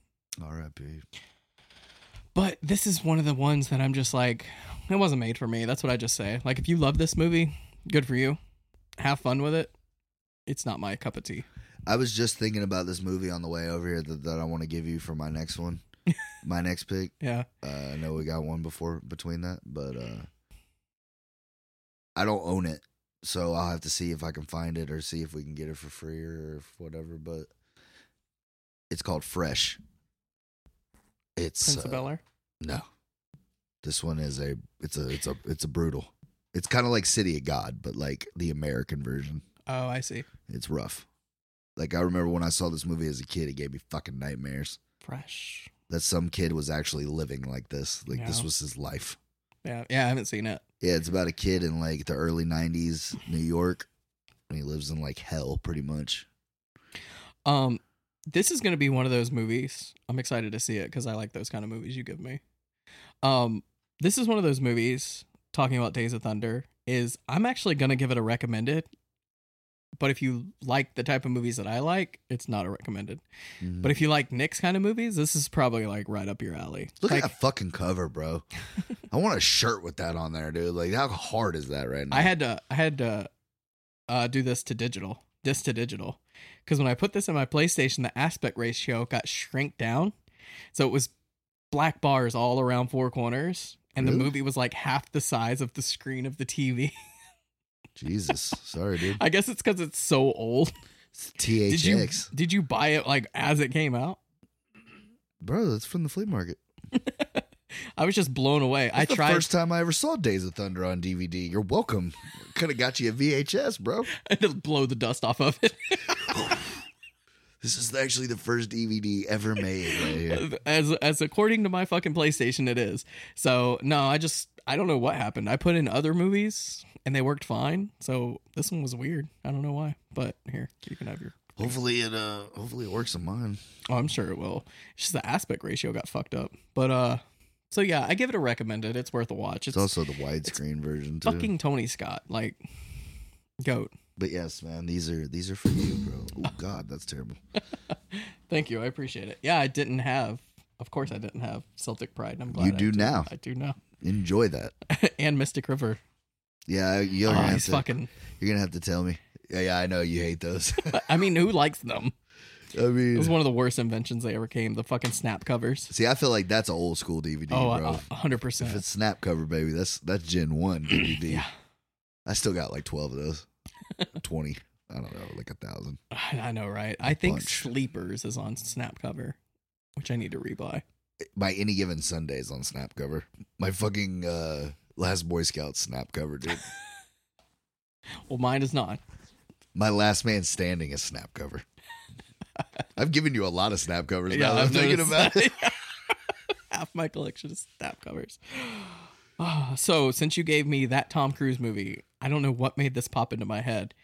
Speaker 3: R.I.P.
Speaker 2: But this is one of the ones that I'm just like, it wasn't made for me. That's what I just say. Like, if you love this movie, good for you. Have fun with it. It's not my cup of tea.
Speaker 3: I was just thinking about this movie on the way over here that, that I want to give you for my next one, my next pick.
Speaker 2: Yeah.
Speaker 3: Uh, I know we got one before between that, but uh, I don't own it, so I'll have to see if I can find it or see if we can get it for free or if whatever. But it's called Fresh. It's
Speaker 2: Prince of
Speaker 3: uh,
Speaker 2: Bel Air.
Speaker 3: no, this one is a it's a it's a it's a brutal. It's kind of like City of God, but like the American version.
Speaker 2: Oh, I see.
Speaker 3: It's rough. Like I remember when I saw this movie as a kid, it gave me fucking nightmares.
Speaker 2: Fresh.
Speaker 3: That some kid was actually living like this. Like this
Speaker 2: Yeah.
Speaker 3: was his life.
Speaker 2: Yeah. Yeah. I haven't seen it.
Speaker 3: Yeah, it's about a kid in like the early '90s New York, and he lives in like hell, pretty much.
Speaker 2: Um, this is gonna be one of those movies. I'm excited to see it because I like those kind of movies you give me. Um, this is one of those movies. Talking about Days of Thunder is I'm actually gonna give it a recommended. But if you like the type of movies that I like, it's not a recommended.
Speaker 3: Mhm.
Speaker 2: But if you like Nick's kind of movies, this is probably like right up your alley.
Speaker 3: Look
Speaker 2: like,
Speaker 3: at that fucking cover, bro. I want a shirt with that on there, dude. Like how hard is that right now?
Speaker 2: I had to I had to uh, do this to digital, this to digital, because when I put this in my PlayStation, the aspect ratio got shrink down, so it was black bars all around four corners, and the
Speaker 3: Really?
Speaker 2: movie was like half the size of the screen of the TV.
Speaker 3: Jesus, sorry, dude.
Speaker 2: I guess it's because it's so old.
Speaker 3: It's
Speaker 2: Did you
Speaker 3: THX,
Speaker 2: did you buy it like as it came out?
Speaker 3: bro. That's from the flea market.
Speaker 2: I was just blown away. I
Speaker 3: That's
Speaker 2: tried
Speaker 3: the first time I ever saw Days of Thunder on DVD. You're welcome. Could have got you a VHS, bro.
Speaker 2: to blow the dust off of it.
Speaker 3: This is actually the first DVD ever made right here.
Speaker 2: as as according to my fucking PlayStation it is. So no, I just I don't know what happened. I put in other movies and they worked fine. So this one was weird. I don't know why. But here, you can have your
Speaker 3: Hopefully it uh hopefully it works on mine.
Speaker 2: Oh, I'm sure it will. It's just the aspect ratio got fucked up. But uh so yeah, I give it a recommended. It's worth a watch. It's,
Speaker 3: It's also the widescreen version too.
Speaker 2: fucking Tony Scott, like goat.
Speaker 3: But yes, man, these are these are for you, bro. Oh god, that's terrible.
Speaker 2: Thank you. I appreciate it. Yeah, I didn't have of course I didn't have Celtic Pride. and I'm glad
Speaker 3: You
Speaker 2: I
Speaker 3: do now.
Speaker 2: I do now.
Speaker 3: Enjoy that.
Speaker 2: and Mystic River.
Speaker 3: Yeah, you're
Speaker 2: Oh,
Speaker 3: gonna, have
Speaker 2: he's
Speaker 3: to,
Speaker 2: fucking
Speaker 3: you're gonna have to tell me. Yeah, yeah, I know you hate those.
Speaker 2: I mean, who likes them? It
Speaker 3: I
Speaker 2: was
Speaker 3: mean,
Speaker 2: one of the worst inventions they ever came. The fucking snap covers.
Speaker 3: see, I feel like that's an old school DVD,
Speaker 2: Oh,
Speaker 3: bro.
Speaker 2: a- a hundred
Speaker 3: if
Speaker 2: percent.
Speaker 3: it's snap cover, baby, that's that's Gen One DVD.
Speaker 2: Yeah,
Speaker 3: I still got like twelve of those, twenty. I don't know, like a thousand.
Speaker 2: I I know, right? I think
Speaker 3: bunch.
Speaker 2: Sleepers is on snap cover, which I need to rebuy.
Speaker 3: my any given Sundays on snap cover. My fucking uh last Boy Scout snap cover, dude.
Speaker 2: Well, mine is not.
Speaker 3: My last man standing is snap cover. I've given you a lot of snap covers now that
Speaker 2: I've
Speaker 3: I'm thinking
Speaker 2: noticed
Speaker 3: about
Speaker 2: that.
Speaker 3: it.
Speaker 2: Half my collection is snap covers. Ah, so, since you gave me that Tom Cruise movie, I don't know what made this pop into my head,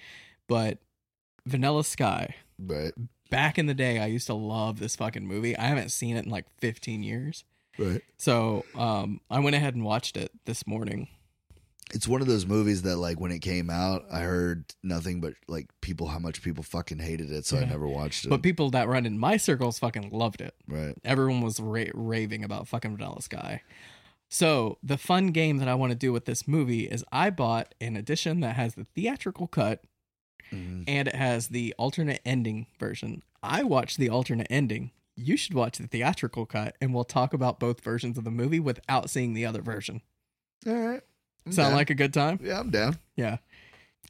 Speaker 2: but Vanilla Sky.
Speaker 3: Right,
Speaker 2: Back in the day, I used to love this fucking movie. I haven't seen it in like 15 years.
Speaker 3: right.
Speaker 2: So um, I went ahead and watched it this morning.
Speaker 3: It's one of those movies that like when it came out, I heard nothing but like people how much people fucking hated it, so I
Speaker 2: Yeah.
Speaker 3: never watched it.
Speaker 2: But people that run in my circles fucking loved it.
Speaker 3: right.
Speaker 2: Everyone was ra- raving about fucking Vanilla Sky. So the fun game that I want to do with this movie is I bought an edition that has the theatrical cut
Speaker 3: Mhm.
Speaker 2: and it has the alternate ending version. I watched the alternate ending. You should watch the theatrical cut and we'll talk about both versions of the movie without seeing the other version.
Speaker 3: All right. I'm
Speaker 2: Sound
Speaker 3: down.
Speaker 2: like a good time?
Speaker 3: Yeah, I'm down.
Speaker 2: Yeah.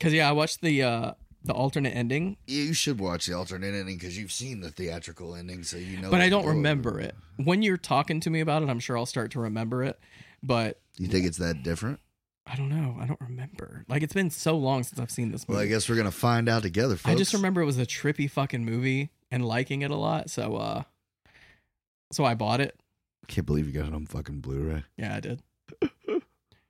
Speaker 2: Cuz yeah, I watched the uh the alternate ending
Speaker 3: You should watch the alternate ending because you've seen the theatrical ending, so you know.
Speaker 2: but
Speaker 3: what
Speaker 2: I
Speaker 3: to
Speaker 2: don't
Speaker 3: go.
Speaker 2: remember it. When you're talking to me about it, I'm sure I'll start to remember it. But
Speaker 3: You think it's that different?
Speaker 2: I don't know. I don't remember. Like it's been so long since I've seen this movie.
Speaker 3: Well, I guess we're gonna find out together,
Speaker 2: I
Speaker 3: folks.
Speaker 2: just remember it was a trippy fucking movie and liking it a lot. So uh so I bought it.
Speaker 3: Can't believe you got it on fucking Blu-ray.
Speaker 2: Yeah, I did.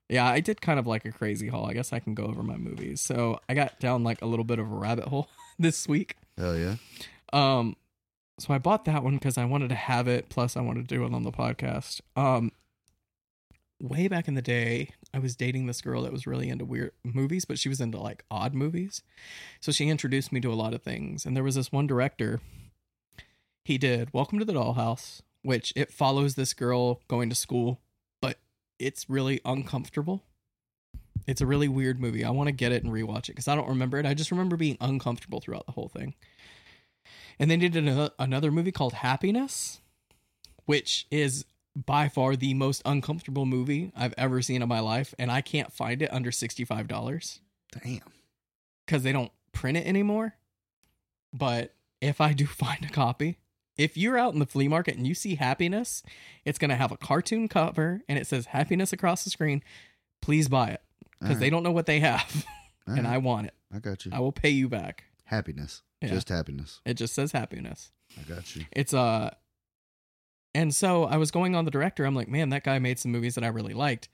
Speaker 2: yeah, I did kind of like a crazy haul. I guess I can go over my movies. So I got down like a little bit of a rabbit hole this week.
Speaker 3: Hell yeah.
Speaker 2: Um so I bought that one because I wanted to have it, plus I wanted to do it on the podcast. Um way back in the day, I was dating this girl that was really into weird movies, but she was into like odd movies. So she introduced me to a lot of things. And there was this one director. He did Welcome to the Dollhouse, which it follows this girl going to school, but it's really uncomfortable. It's a really weird movie. I want to get it and rewatch it because I don't remember it. I just remember being uncomfortable throughout the whole thing. And they did ano- another movie called Happiness, which is by far the most uncomfortable movie I've ever seen in my life, and I can't find it under sixty-five dollars
Speaker 3: Damn.
Speaker 2: because they don't print it anymore. But if I do find a copy, if you're out in the flea market and you see happiness, it's gonna have a cartoon cover and it says happiness across the screen. Please buy it because they don't know what they have, and I want it.
Speaker 3: I got you.
Speaker 2: I will pay you back.
Speaker 3: happiness.
Speaker 2: Yeah.
Speaker 3: Just happiness.
Speaker 2: It just says happiness.
Speaker 3: I got you.
Speaker 2: It's uh and so I was going on the director. I'm like, man, that guy made some movies that I really liked.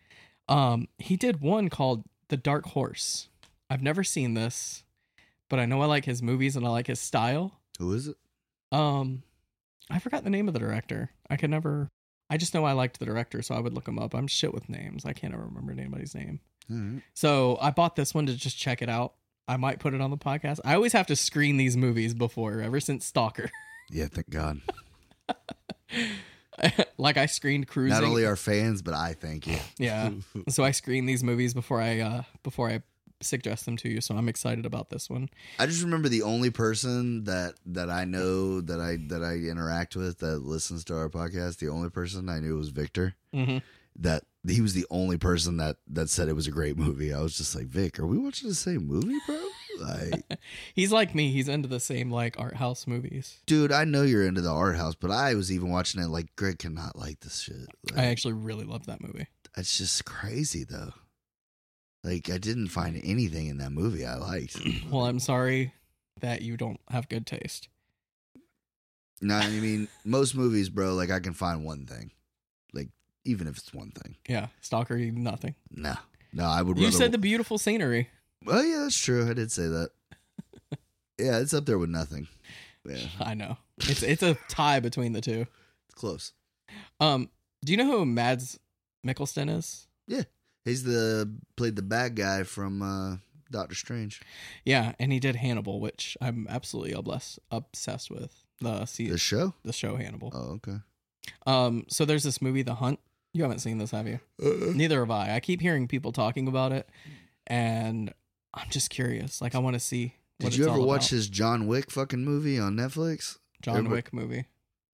Speaker 2: Um, he did one called The Dark Horse. I've never seen this, but I know I like his movies and I like his style.
Speaker 3: Who is it?
Speaker 2: Um, I forgot the name of the director. I could never. I just know I liked the director, so I would look him up. I'm shit with names. I can't ever remember anybody's name.
Speaker 3: All right.
Speaker 2: So I bought this one to just check it out. I might put it on the podcast. I always have to screen these movies before, ever since Stalker.
Speaker 3: Yeah, thank God.
Speaker 2: like I screened Cruising.
Speaker 3: Not only our fans, but I thank you.
Speaker 2: yeah. so I screen these movies before I uh before I suggest them to you. So I'm excited about this one.
Speaker 3: I just remember the only person that that I know that I that I interact with that listens to our podcast. The only person I knew was Victor.
Speaker 2: hmm
Speaker 3: That he was the only person that that said it was a great movie. I was just like, Vic, are we watching the same movie, bro? Like,
Speaker 2: He's like me. He's into the same like art house movies.
Speaker 3: dude, I know you're into the art house, but I was even watching it. Like, Greg cannot like this shit. Like,
Speaker 2: I actually really love that movie.
Speaker 3: it's just crazy though. Like, I didn't find anything in that movie I liked.
Speaker 2: Well, I'm sorry that you don't have good taste.
Speaker 3: No, I mean most movies, bro. Like I can find one thing, like even if it's one thing.
Speaker 2: Yeah, Stalker, you- nothing.
Speaker 3: No, no, I would.
Speaker 2: You
Speaker 3: rather-
Speaker 2: said the beautiful scenery.
Speaker 3: Well, yeah, that's true. I did say that. yeah, it's up there with nothing. Yeah, it's
Speaker 2: I know. It's it's a tie between the two.
Speaker 3: close.
Speaker 2: Um, do you know who Mads Mikkelsen is?
Speaker 3: He's the played the bad guy from uh Doctor Strange,
Speaker 2: Yeah, and he did Hannibal, which I'm absolutely obsessed obsessed with. The se-
Speaker 3: the show.
Speaker 2: the show Hannibal.
Speaker 3: Oh, okay.
Speaker 2: Um, so there's this movie, The Hunt. You haven't seen this, have you?
Speaker 3: Uh,
Speaker 2: Neither have I. I keep hearing people talking about it, and I'm just curious. Like, I want to see. What
Speaker 3: did
Speaker 2: it's
Speaker 3: you ever
Speaker 2: all
Speaker 3: watch
Speaker 2: about.
Speaker 3: his John Wick fucking movie on Netflix?
Speaker 2: John
Speaker 3: Remember-
Speaker 2: Wick movie?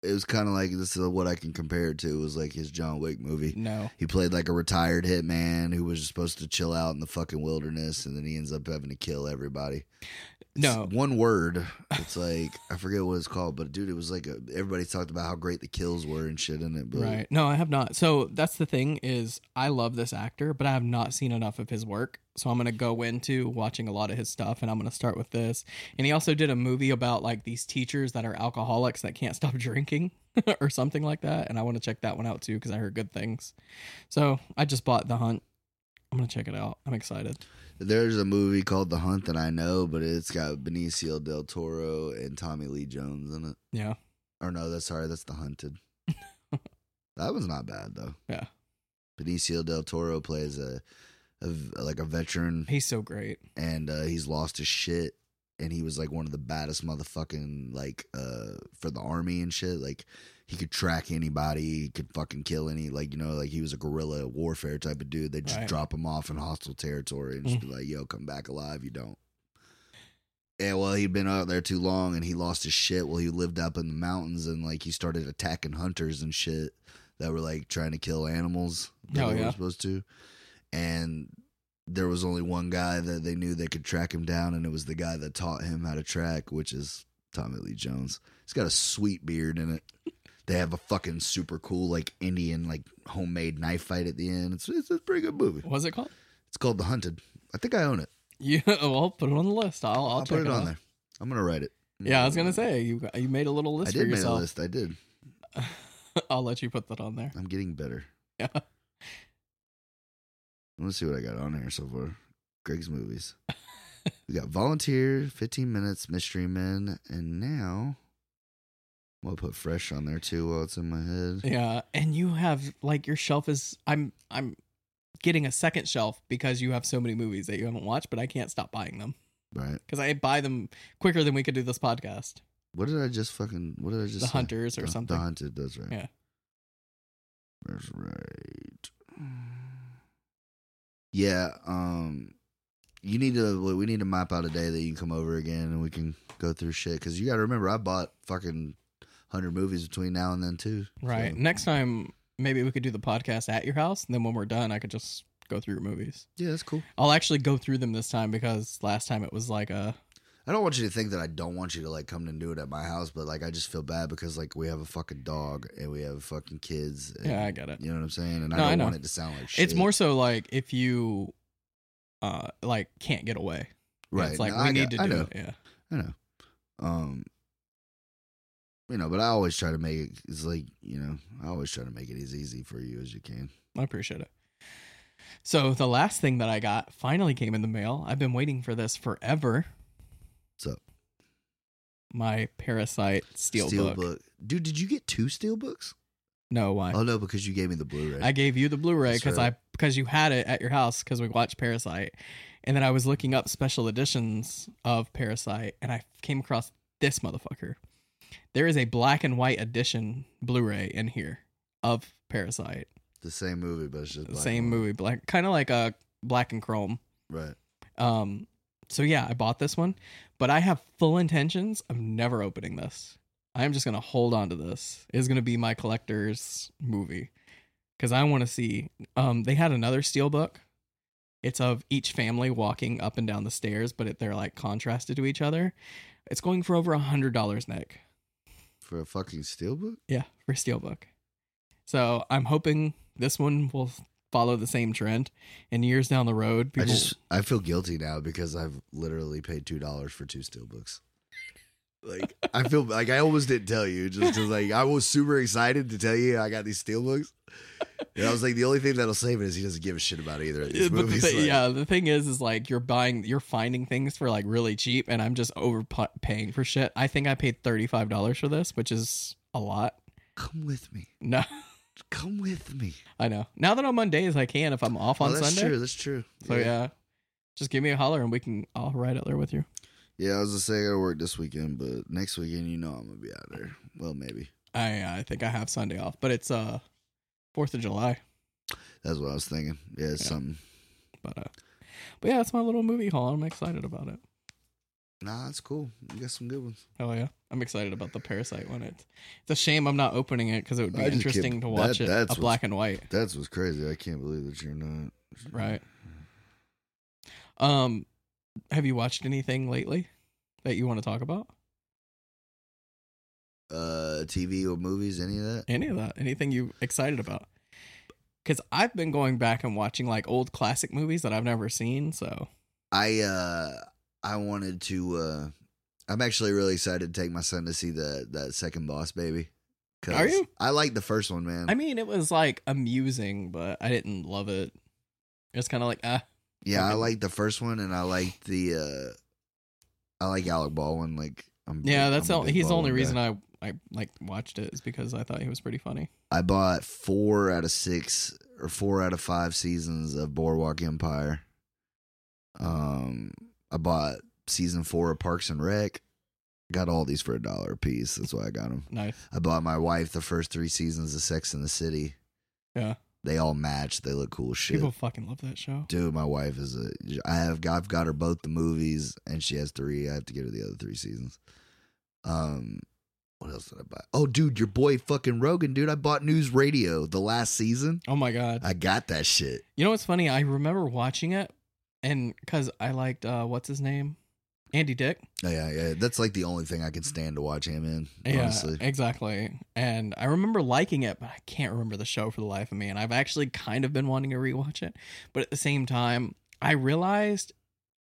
Speaker 3: It was kind of like this is what I can compare it to. Was like his John Wick movie.
Speaker 2: No.
Speaker 3: He played like a retired hitman who was supposed to chill out in the fucking wilderness, and then he ends up having to kill everybody. It's
Speaker 2: No.
Speaker 3: one word. It's like I forget what it's called, but dude, it was like a, everybody talked about how great the kills were and shit in it. But
Speaker 2: Right. No, I have not. So that's the thing is I love this actor, but I have not seen enough of his work. So I'm going to go into watching a lot of his stuff and I'm going to start with this. And he also did a movie about like these teachers that are alcoholics that can't stop drinking or something like that. And I want to check that one out too because I heard good things. So I just bought The Hunt. I'm going to check it out. I'm excited.
Speaker 3: there's a movie called The Hunt that I know, but it's got Benicio del Toro and Tommy Lee Jones in it.
Speaker 2: Yeah.
Speaker 3: Or no, that's sorry, that's The Hunted. that was not bad though.
Speaker 2: Yeah.
Speaker 3: Benicio del Toro plays a, a like a veteran
Speaker 2: He's so great.
Speaker 3: and uh, he's lost his shit. And he was like one of the baddest motherfucking like uh for the army and shit. Like he could track anybody, he could fucking kill any like you know like he was a guerrilla warfare type of dude. They just
Speaker 2: Right.
Speaker 3: drop him off in hostile territory and just be like, "Yo, come back alive." You don't. And well, he'd been out there too long, and he lost his shit. Well, he lived up in the mountains, and like he started attacking hunters and shit that were like trying to kill animals that
Speaker 2: Oh,
Speaker 3: they
Speaker 2: yeah.
Speaker 3: were supposed to. And there was only one guy that they knew they could track him down, and it was the guy that taught him how to track, which is Tommy Lee Jones. He's got a sweet beard in it. They have a fucking super cool like Indian like homemade knife fight at the end. It's it's a pretty good movie.
Speaker 2: What's it called?
Speaker 3: It's called The Hunted. I think I own it.
Speaker 2: Yeah, well, I'll put it on the list. I'll, I'll,
Speaker 3: I'll,
Speaker 2: check
Speaker 3: put it on
Speaker 2: out.
Speaker 3: there. I'm gonna write it.
Speaker 2: Yeah, I was gonna say you you made a little
Speaker 3: I
Speaker 2: list for
Speaker 3: did make a
Speaker 2: yourself.
Speaker 3: list. I did.
Speaker 2: I'll let you put that on there.
Speaker 3: I'm getting better.
Speaker 2: Yeah.
Speaker 3: Let's see what I got on here so far. Greg's movies. we got Volunteer, 15 Minutes, Mystery Men, and now I'm gonna put Fresh on there too while it's in my head.
Speaker 2: Yeah, and you have like your shelf is I'm I'm getting a second shelf because you have so many movies that you haven't watched, but I can't stop buying them
Speaker 3: Right.
Speaker 2: because I buy them quicker than we could do this podcast.
Speaker 3: What did I just fucking? What did I just?
Speaker 2: the
Speaker 3: say?
Speaker 2: Hunters
Speaker 3: The-
Speaker 2: or
Speaker 3: the,
Speaker 2: something.
Speaker 3: Hunted. That's right.
Speaker 2: Yeah.
Speaker 3: That's right. Yeah. Um. You need to. well, We need to map out a day that you can come over again and we can go through shit. Because you got to remember, I bought fucking hundred movies between now and then too. So,
Speaker 2: right. Next time maybe we could do the podcast at your house, and then when we're done, I could just go through your movies.
Speaker 3: yeah, that's cool.
Speaker 2: I'll actually go through them this time because last time it was like a
Speaker 3: I don't want you to think that I don't want you to like come and do it at my house, but like I just feel bad because like we have a fucking dog and we have fucking kids. And,
Speaker 2: yeah, I get it.
Speaker 3: You know what I'm saying? And I
Speaker 2: No, I
Speaker 3: don't
Speaker 2: know.
Speaker 3: want it to sound like shit.
Speaker 2: It's more so like if you uh like can't get away.
Speaker 3: right.
Speaker 2: It's like
Speaker 3: No,
Speaker 2: we
Speaker 3: I
Speaker 2: need
Speaker 3: got-
Speaker 2: to
Speaker 3: I
Speaker 2: do
Speaker 3: know.
Speaker 2: it. Yeah.
Speaker 3: I know. Um, you know, but I always try to make it. It's like you know, I always try to make it as easy for you as you can.
Speaker 2: I appreciate it. So the last thing that I got finally came in the mail. I've been waiting for this forever.
Speaker 3: What's up?
Speaker 2: My Parasite Steelbook. book.
Speaker 3: dude. Did you get two steel books?
Speaker 2: No, why?
Speaker 3: Oh no, because you gave me the Blu-ray.
Speaker 2: I gave you the Blu-ray
Speaker 3: That's
Speaker 2: because
Speaker 3: right.
Speaker 2: I because you had it at your house because we watched Parasite, and then I was looking up special editions of Parasite, and I came across this motherfucker. There is a black and white edition Blu-ray in here of Parasite,
Speaker 3: the same movie, but it's just
Speaker 2: the
Speaker 3: black
Speaker 2: same
Speaker 3: and white.
Speaker 2: movie, black kind of like a black and chrome.
Speaker 3: right?
Speaker 2: Um, so yeah, I bought this one, but I have full intentions of never opening this. I'm just gonna hold on to this. It's gonna be my collector's movie because I want to see. Um, they had another steelbook. It's of each family walking up and down the stairs, but it, they're like contrasted to each other. It's going for over a hundred dollars, Nick.
Speaker 3: For a fucking steel book?
Speaker 2: Yeah, for a steelbook. So I'm hoping this one will follow the same trend, and years down the road, people.
Speaker 3: I just I feel guilty now because I've literally paid two dollars for two steel books. Like I feel like I almost didn't tell you, just 'cause, like I was super excited to tell you I got these steel books. And I was like, the only thing that'll save it is he doesn't give a shit about either of
Speaker 2: Yeah,
Speaker 3: these
Speaker 2: but the
Speaker 3: movies.
Speaker 2: thing-
Speaker 3: like-
Speaker 2: yeah, the thing is, is like you're buying, you're finding things for like really cheap, and I'm just overpaying for shit. I think I paid thirty five dollars for this, which is a lot.
Speaker 3: Come with me.
Speaker 2: No,
Speaker 3: Come with me.
Speaker 2: I know. Now that I'm on days, I can if I'm off on
Speaker 3: oh, that's
Speaker 2: Sunday.
Speaker 3: true. That's true.
Speaker 2: So yeah. just give me a holler and we can. I'll ride out there with you.
Speaker 3: Yeah, I was gonna say I gotta work this weekend, but next weekend you know I'm gonna be out there. Well, maybe.
Speaker 2: I I think I have Sunday off, but it's uh Fourth of July.
Speaker 3: That's what I was thinking. Yeah, it's
Speaker 2: Yeah.
Speaker 3: something.
Speaker 2: But uh, but yeah, it's my little movie haul. I'm excited about it.
Speaker 3: Nah, it's cool. You got some good ones.
Speaker 2: Oh yeah, I'm excited about the Parasite one. It's it's a shame I'm not opening it because it would be
Speaker 3: I just can't-
Speaker 2: interesting to watch
Speaker 3: that-
Speaker 2: it a
Speaker 3: that's what's-
Speaker 2: black and white.
Speaker 3: That's what's crazy. I can't believe that you're not
Speaker 2: Right. Um, have you watched anything lately that you want to talk about?
Speaker 3: uh TV or movies, any of that?
Speaker 2: Any of that? Anything you excited about? Because I've been going back and watching like old classic movies that I've never seen. So
Speaker 3: I uh I wanted to uh I'm actually really excited to take my son to see the that second boss baby. 'Cause
Speaker 2: Are you?
Speaker 3: I like the first one, man.
Speaker 2: I mean, it was like amusing, but I didn't love it. It's kind of like ah,
Speaker 3: yeah, I
Speaker 2: okay.
Speaker 3: like the first one and I like the uh I like Alec Baldwin, like I'm
Speaker 2: yeah.
Speaker 3: big-
Speaker 2: That's
Speaker 3: I'm a
Speaker 2: the,
Speaker 3: big
Speaker 2: he's the only
Speaker 3: Baldwin guy.
Speaker 2: reason I I like watched it is because I thought he was pretty funny.
Speaker 3: I bought four out of six or four out of five seasons of Boardwalk Empire. Um, I bought season four of Parks and Rec. Got all these for a dollar a piece. That's why I got them.
Speaker 2: Nice.
Speaker 3: I bought my wife the first three seasons of Sex in the City.
Speaker 2: Yeah.
Speaker 3: They all match. They look cool as shit.
Speaker 2: People fucking love that show.
Speaker 3: Dude, my wife is a. I have got, I've got her both the movies, and she has three. I have to get her the other three seasons. Um, what else did I buy? Oh, dude, your boy fucking Rogan, dude. I bought News Radio the last season.
Speaker 2: Oh my god.
Speaker 3: I got that shit.
Speaker 2: You know what's funny? I remember watching it, and because I liked uh, what's his name, Andy Dick.
Speaker 3: Oh, yeah, yeah. That's like the only thing I could stand to watch him in.
Speaker 2: Yeah,
Speaker 3: Honestly,
Speaker 2: exactly. And I remember liking it, but I can't remember the show for the life of me. And I've actually kind of been wanting to rewatch it, but at the same time, I realized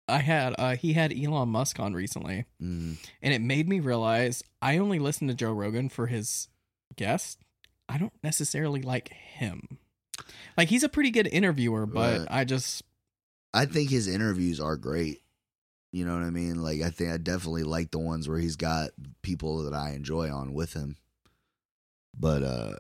Speaker 2: I had uh, he had Elon Musk on recently,
Speaker 3: Mm.
Speaker 2: and it made me realize I only listen to Joe Rogan for his guest. I don't necessarily like him. Like he's a pretty good interviewer, but
Speaker 3: Right.
Speaker 2: I just
Speaker 3: I think his interviews are great. You know what I mean? Like, I think I definitely like the ones where he's got people that I enjoy on with him. But uh,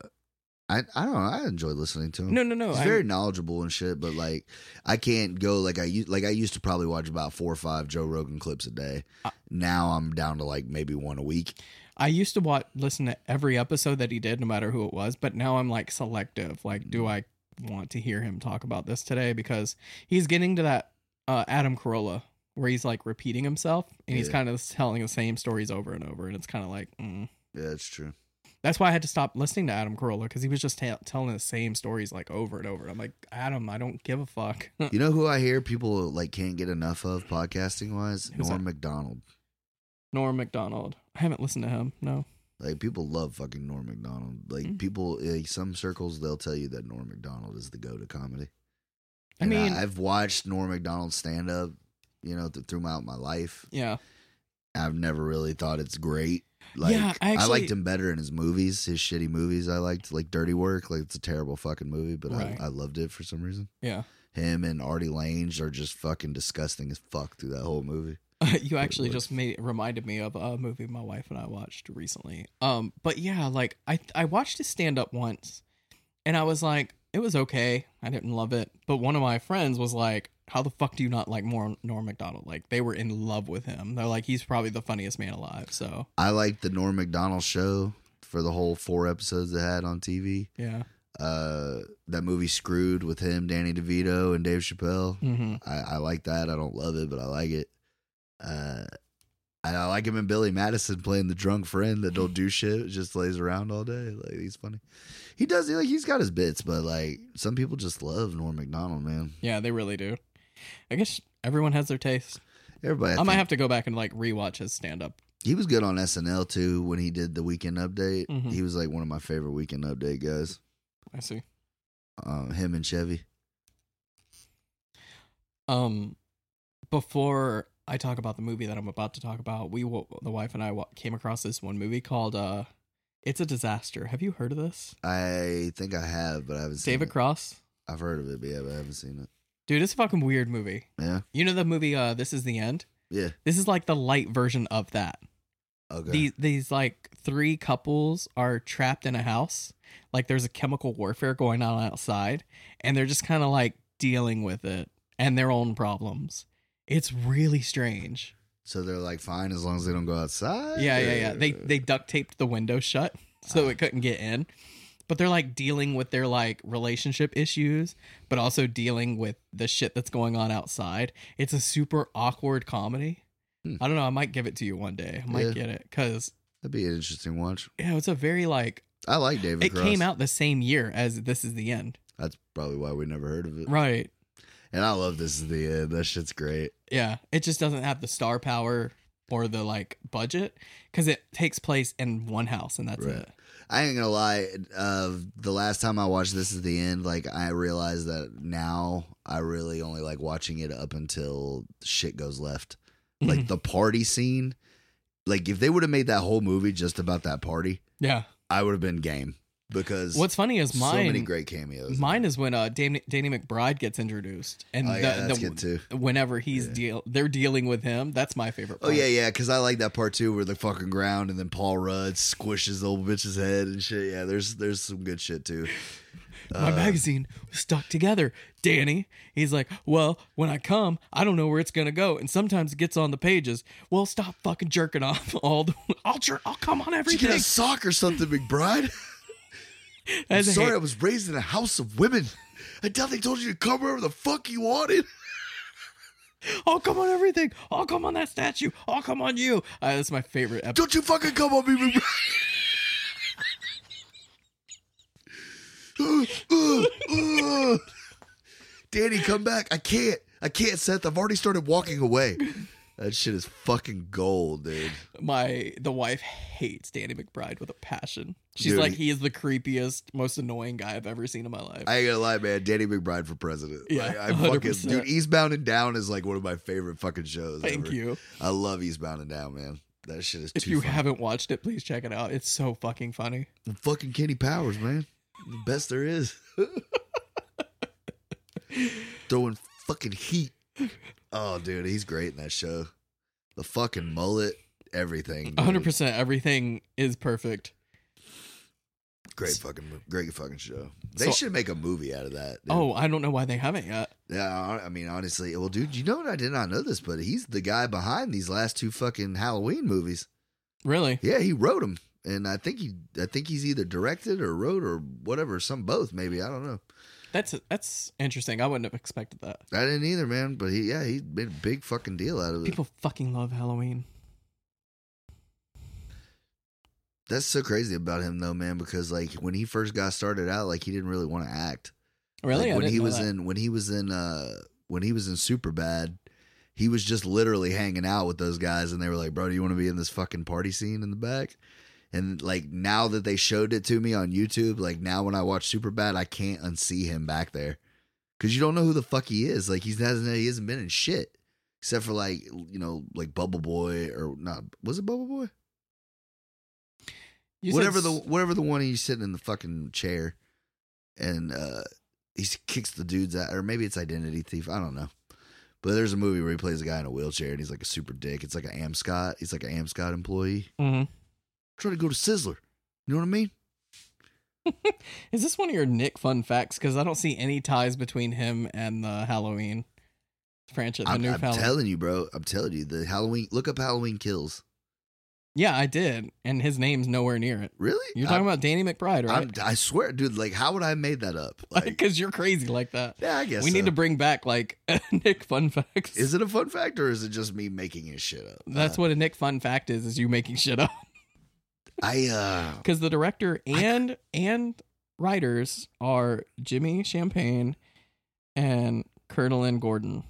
Speaker 3: I I don't know. I enjoy listening to him.
Speaker 2: no no no.
Speaker 3: Mm. He's
Speaker 2: I'm-
Speaker 3: very knowledgeable and shit, but like I can't go like I used like I used to probably watch about four or five Joe Rogan clips a day.
Speaker 2: Uh,
Speaker 3: now I'm down to like maybe one a week.
Speaker 2: I used to watch listen to every episode that he did, no matter who it was, but now I'm like selective. Like, do I want to hear him talk about this today? Because he's getting to that uh, Adam Carolla where he's like repeating himself and he's
Speaker 3: Yeah.
Speaker 2: kind of telling the same stories over and over, and it's kind of like mm.
Speaker 3: Yeah, that's true.
Speaker 2: that's why I had to stop listening to Adam Carolla because he was just ta- telling the same stories like over and over. And I'm like, Adam, I don't give a fuck.
Speaker 3: You know who I hear people like can't get enough of podcasting wise?
Speaker 2: Who's
Speaker 3: Norm
Speaker 2: that?
Speaker 3: Macdonald.
Speaker 2: Norm Macdonald, I haven't listened to him. No,
Speaker 3: Like people love fucking Norm Macdonald. Like
Speaker 2: Mm.
Speaker 3: people, like, some circles they'll tell you that Norm Macdonald is the go to comedy.
Speaker 2: I
Speaker 3: And
Speaker 2: mean,
Speaker 3: I, have watched Norm Macdonald stand up, you know, th- throughout my life.
Speaker 2: yeah,
Speaker 3: I've never really thought it's great. Like
Speaker 2: Yeah, I
Speaker 3: I,
Speaker 2: actually-
Speaker 3: liked him better in his movies, his shitty movies. I liked like Dirty Work. Like it's a terrible fucking movie, but
Speaker 2: Right.
Speaker 3: I, I loved it for some reason.
Speaker 2: yeah.
Speaker 3: Him and Artie Lange are just fucking disgusting as fuck through that whole movie.
Speaker 2: you actually
Speaker 3: was.
Speaker 2: just made reminded me of a movie my wife and I watched recently. Um, but yeah, like I I watched his stand up once, and I was like, it was okay. I didn't love it, but one of my friends was like, "How the fuck do you not like more Norm Macdonald?" Like they were in love with him. They're like, he's probably the funniest man alive. So
Speaker 3: I liked the Norm Macdonald show for the whole four episodes they had on TV.
Speaker 2: yeah,
Speaker 3: Uh, that movie Screwed with him, Danny DeVito, and Dave Chappelle.
Speaker 2: hmm
Speaker 3: I, I like that. I don't love it, but I like it. Uh, and I like him and Billy Madison playing the drunk friend that don't do shit, just lays around all day. Like he's funny. He does like he's got his bits, but like some people just love Norm Macdonald, man.
Speaker 2: yeah, they really do. I guess everyone has their taste.
Speaker 3: Everybody, I
Speaker 2: I, might
Speaker 3: think-
Speaker 2: have to go back and like rewatch his stand up.
Speaker 3: he was good on SNL too when he did the Weekend Update.
Speaker 2: Mhm.
Speaker 3: He was like one of my favorite Weekend Update guys.
Speaker 2: I see.
Speaker 3: Um, him and Chevy.
Speaker 2: um before i talk about the movie that i'm about to talk about we wa- the wife and i wa- came across this one movie called uh it's a disaster have you heard of this
Speaker 3: I think I have, but I haven't seen
Speaker 2: david
Speaker 3: it.
Speaker 2: cross
Speaker 3: I've heard of it, but yeah, but I haven't seen it.
Speaker 2: dude it's a fucking weird movie
Speaker 3: Yeah,
Speaker 2: you know the movie uh this is the end
Speaker 3: yeah.
Speaker 2: this is like the light version of that
Speaker 3: Okay.
Speaker 2: these these like three couples are trapped in a house like there's a chemical warfare going on outside and they're just kind of like dealing with it and their own problems it's really strange
Speaker 3: so they're like fine as long as they don't go outside.
Speaker 2: Yeah, yeah, yeah. They
Speaker 3: or-
Speaker 2: they duct taped the window shut so it couldn't get in. But they're like dealing with their like relationship issues, but also dealing with the shit that's going on outside. It's a super awkward comedy.
Speaker 3: Hmm.
Speaker 2: I don't know. I might give it to you one day. I might
Speaker 3: Yeah.
Speaker 2: get it because
Speaker 3: That'd be an interesting watch.
Speaker 2: yeah, it's a very like
Speaker 3: I like David.
Speaker 2: it
Speaker 3: Cross.
Speaker 2: came out the same year as This Is the End,
Speaker 3: That's probably why we never heard of it.
Speaker 2: right?
Speaker 3: And I love this is the end. That shit's great.
Speaker 2: Yeah, it just doesn't have the star power or the like budget because it takes place in one house and that's
Speaker 3: Right.
Speaker 2: it.
Speaker 3: I ain't gonna lie. Uh, the last time I watched this is the end, like I realized that now I really only like watching it up until shit goes left.
Speaker 2: Mm-hmm.
Speaker 3: Like the party scene. Like if they would have made that whole movie just about that party,
Speaker 2: yeah.
Speaker 3: I would have been game because
Speaker 2: What's funny is
Speaker 3: so
Speaker 2: mine.
Speaker 3: many great cameos.
Speaker 2: Mine is when uh Danny, Danny McBride gets introduced, and
Speaker 3: oh,
Speaker 2: the,
Speaker 3: yeah, that's
Speaker 2: the-
Speaker 3: good too.
Speaker 2: whenever he's
Speaker 3: Yeah.
Speaker 2: deal, they're dealing with him. That's my favorite.
Speaker 3: Oh
Speaker 2: part.
Speaker 3: yeah, yeah, because I like that part too, where the fucking ground and then Paul Rudd squishes the old bitch's head and shit. Yeah, there's there's some good shit too.
Speaker 2: My
Speaker 3: Uh,
Speaker 2: magazine was stuck together. Danny, he's like, well, when I come, I don't know where it's gonna go, and sometimes it gets on the pages. Well, stop fucking jerking off all the. I'll jerk. I'll come on
Speaker 3: Did you
Speaker 2: everything.
Speaker 3: get a sock or something, McBride? I'm
Speaker 2: As a
Speaker 3: sorry, I
Speaker 2: hate-
Speaker 3: was raised in a house of women. I doubt they told you to come wherever the fuck you wanted.
Speaker 2: I'll come on everything. I'll come on that statue. I'll come on you. Uh, that's my favorite episode.
Speaker 3: Don't you fucking come on me, McBride. Danny, come back. I can't. I can't, Seth. I've already started walking away. That shit is fucking gold, dude.
Speaker 2: My the wife hates Danny McBride with a passion. She's
Speaker 3: Dude,
Speaker 2: like,
Speaker 3: he-
Speaker 2: he is the creepiest, most annoying guy I've ever seen in my life.
Speaker 3: I ain't gonna lie, man. Danny McBride for president.
Speaker 2: Yeah,
Speaker 3: Like, I fucking
Speaker 2: 100%.
Speaker 3: dude. Eastbound and Down is like one of my favorite fucking shows.
Speaker 2: Thank
Speaker 3: ever.
Speaker 2: you.
Speaker 3: I love Eastbound and Down, man. That shit is
Speaker 2: If
Speaker 3: too
Speaker 2: you
Speaker 3: funny.
Speaker 2: haven't watched it, please check it out. It's so fucking funny.
Speaker 3: fucking Kenny Powers, man. The best there is. Throwing fucking heat. Oh, dude, he's great in that show. The fucking mullet, everything. dude.
Speaker 2: 100% everything is perfect.
Speaker 3: Great fucking, mo- great fucking show. They
Speaker 2: So-
Speaker 3: should make a movie out of that. dude.
Speaker 2: Oh, I don't know why they haven't yet.
Speaker 3: yeah. I- I mean, honestly, well, dude, you know what? I did not know this, but he's the guy behind these last two fucking Halloween movies.
Speaker 2: Really?
Speaker 3: Yeah, he wrote them, and I think he, I think he's either directed or wrote or whatever, some both, maybe. I don't know.
Speaker 2: That's that's interesting. I wouldn't have expected that.
Speaker 3: I didn't either, man. But he, yeah, he made a big fucking deal out of it.
Speaker 2: People fucking love Halloween.
Speaker 3: That's so crazy about him, though, man. Because like when he first got started out, like he didn't really want to act.
Speaker 2: Really?
Speaker 3: Like,
Speaker 2: I
Speaker 3: when
Speaker 2: didn't
Speaker 3: he
Speaker 2: know
Speaker 3: was
Speaker 2: that.
Speaker 3: in, when he was in, uh, when he was in Superbad, he was just literally hanging out with those guys, and they were like, "Bro, do you want to be in this fucking party scene in the back?" And like now that they showed it to me on YouTube, like now when I watch Superbad, I can't unsee him back there because you don't know who the fuck he is. Like he's hasn't he hasn't been in shit except for like you know like Bubble Boy or not was it Bubble Boy?
Speaker 2: You said
Speaker 3: whatever the
Speaker 2: s-
Speaker 3: whatever the one he's sitting in the fucking chair and uh he kicks the dudes out or maybe it's identity thief i don't know but there's a movie where he plays a guy in a wheelchair and he's like a super dick it's like an amscot he's like an amscot employee
Speaker 2: Mhm.
Speaker 3: try to go to sizzler you know what i mean
Speaker 2: Is this one of your Nick fun facts? Because I don't see any ties between him and the Halloween franchise. The
Speaker 3: i'm,
Speaker 2: new
Speaker 3: I'm
Speaker 2: Halloween.
Speaker 3: telling you bro i'm telling you the halloween look up halloween kills
Speaker 2: yeah, I did, and his name's nowhere near it.
Speaker 3: really
Speaker 2: You're talking
Speaker 3: I'm-
Speaker 2: about Danny McBride, right?
Speaker 3: I'm, i swear dude like how would i have made that up like
Speaker 2: Because you're crazy like that.
Speaker 3: yeah i guess
Speaker 2: we need
Speaker 3: so.
Speaker 2: to bring back like Nick fun facts.
Speaker 3: is it a fun fact or is it just me making his shit up Uh,
Speaker 2: That's what a Nick fun fact is: is you making shit up.
Speaker 3: i uh
Speaker 2: Because the director and and writers are Jimmy Champagne and Colonelin Gordon.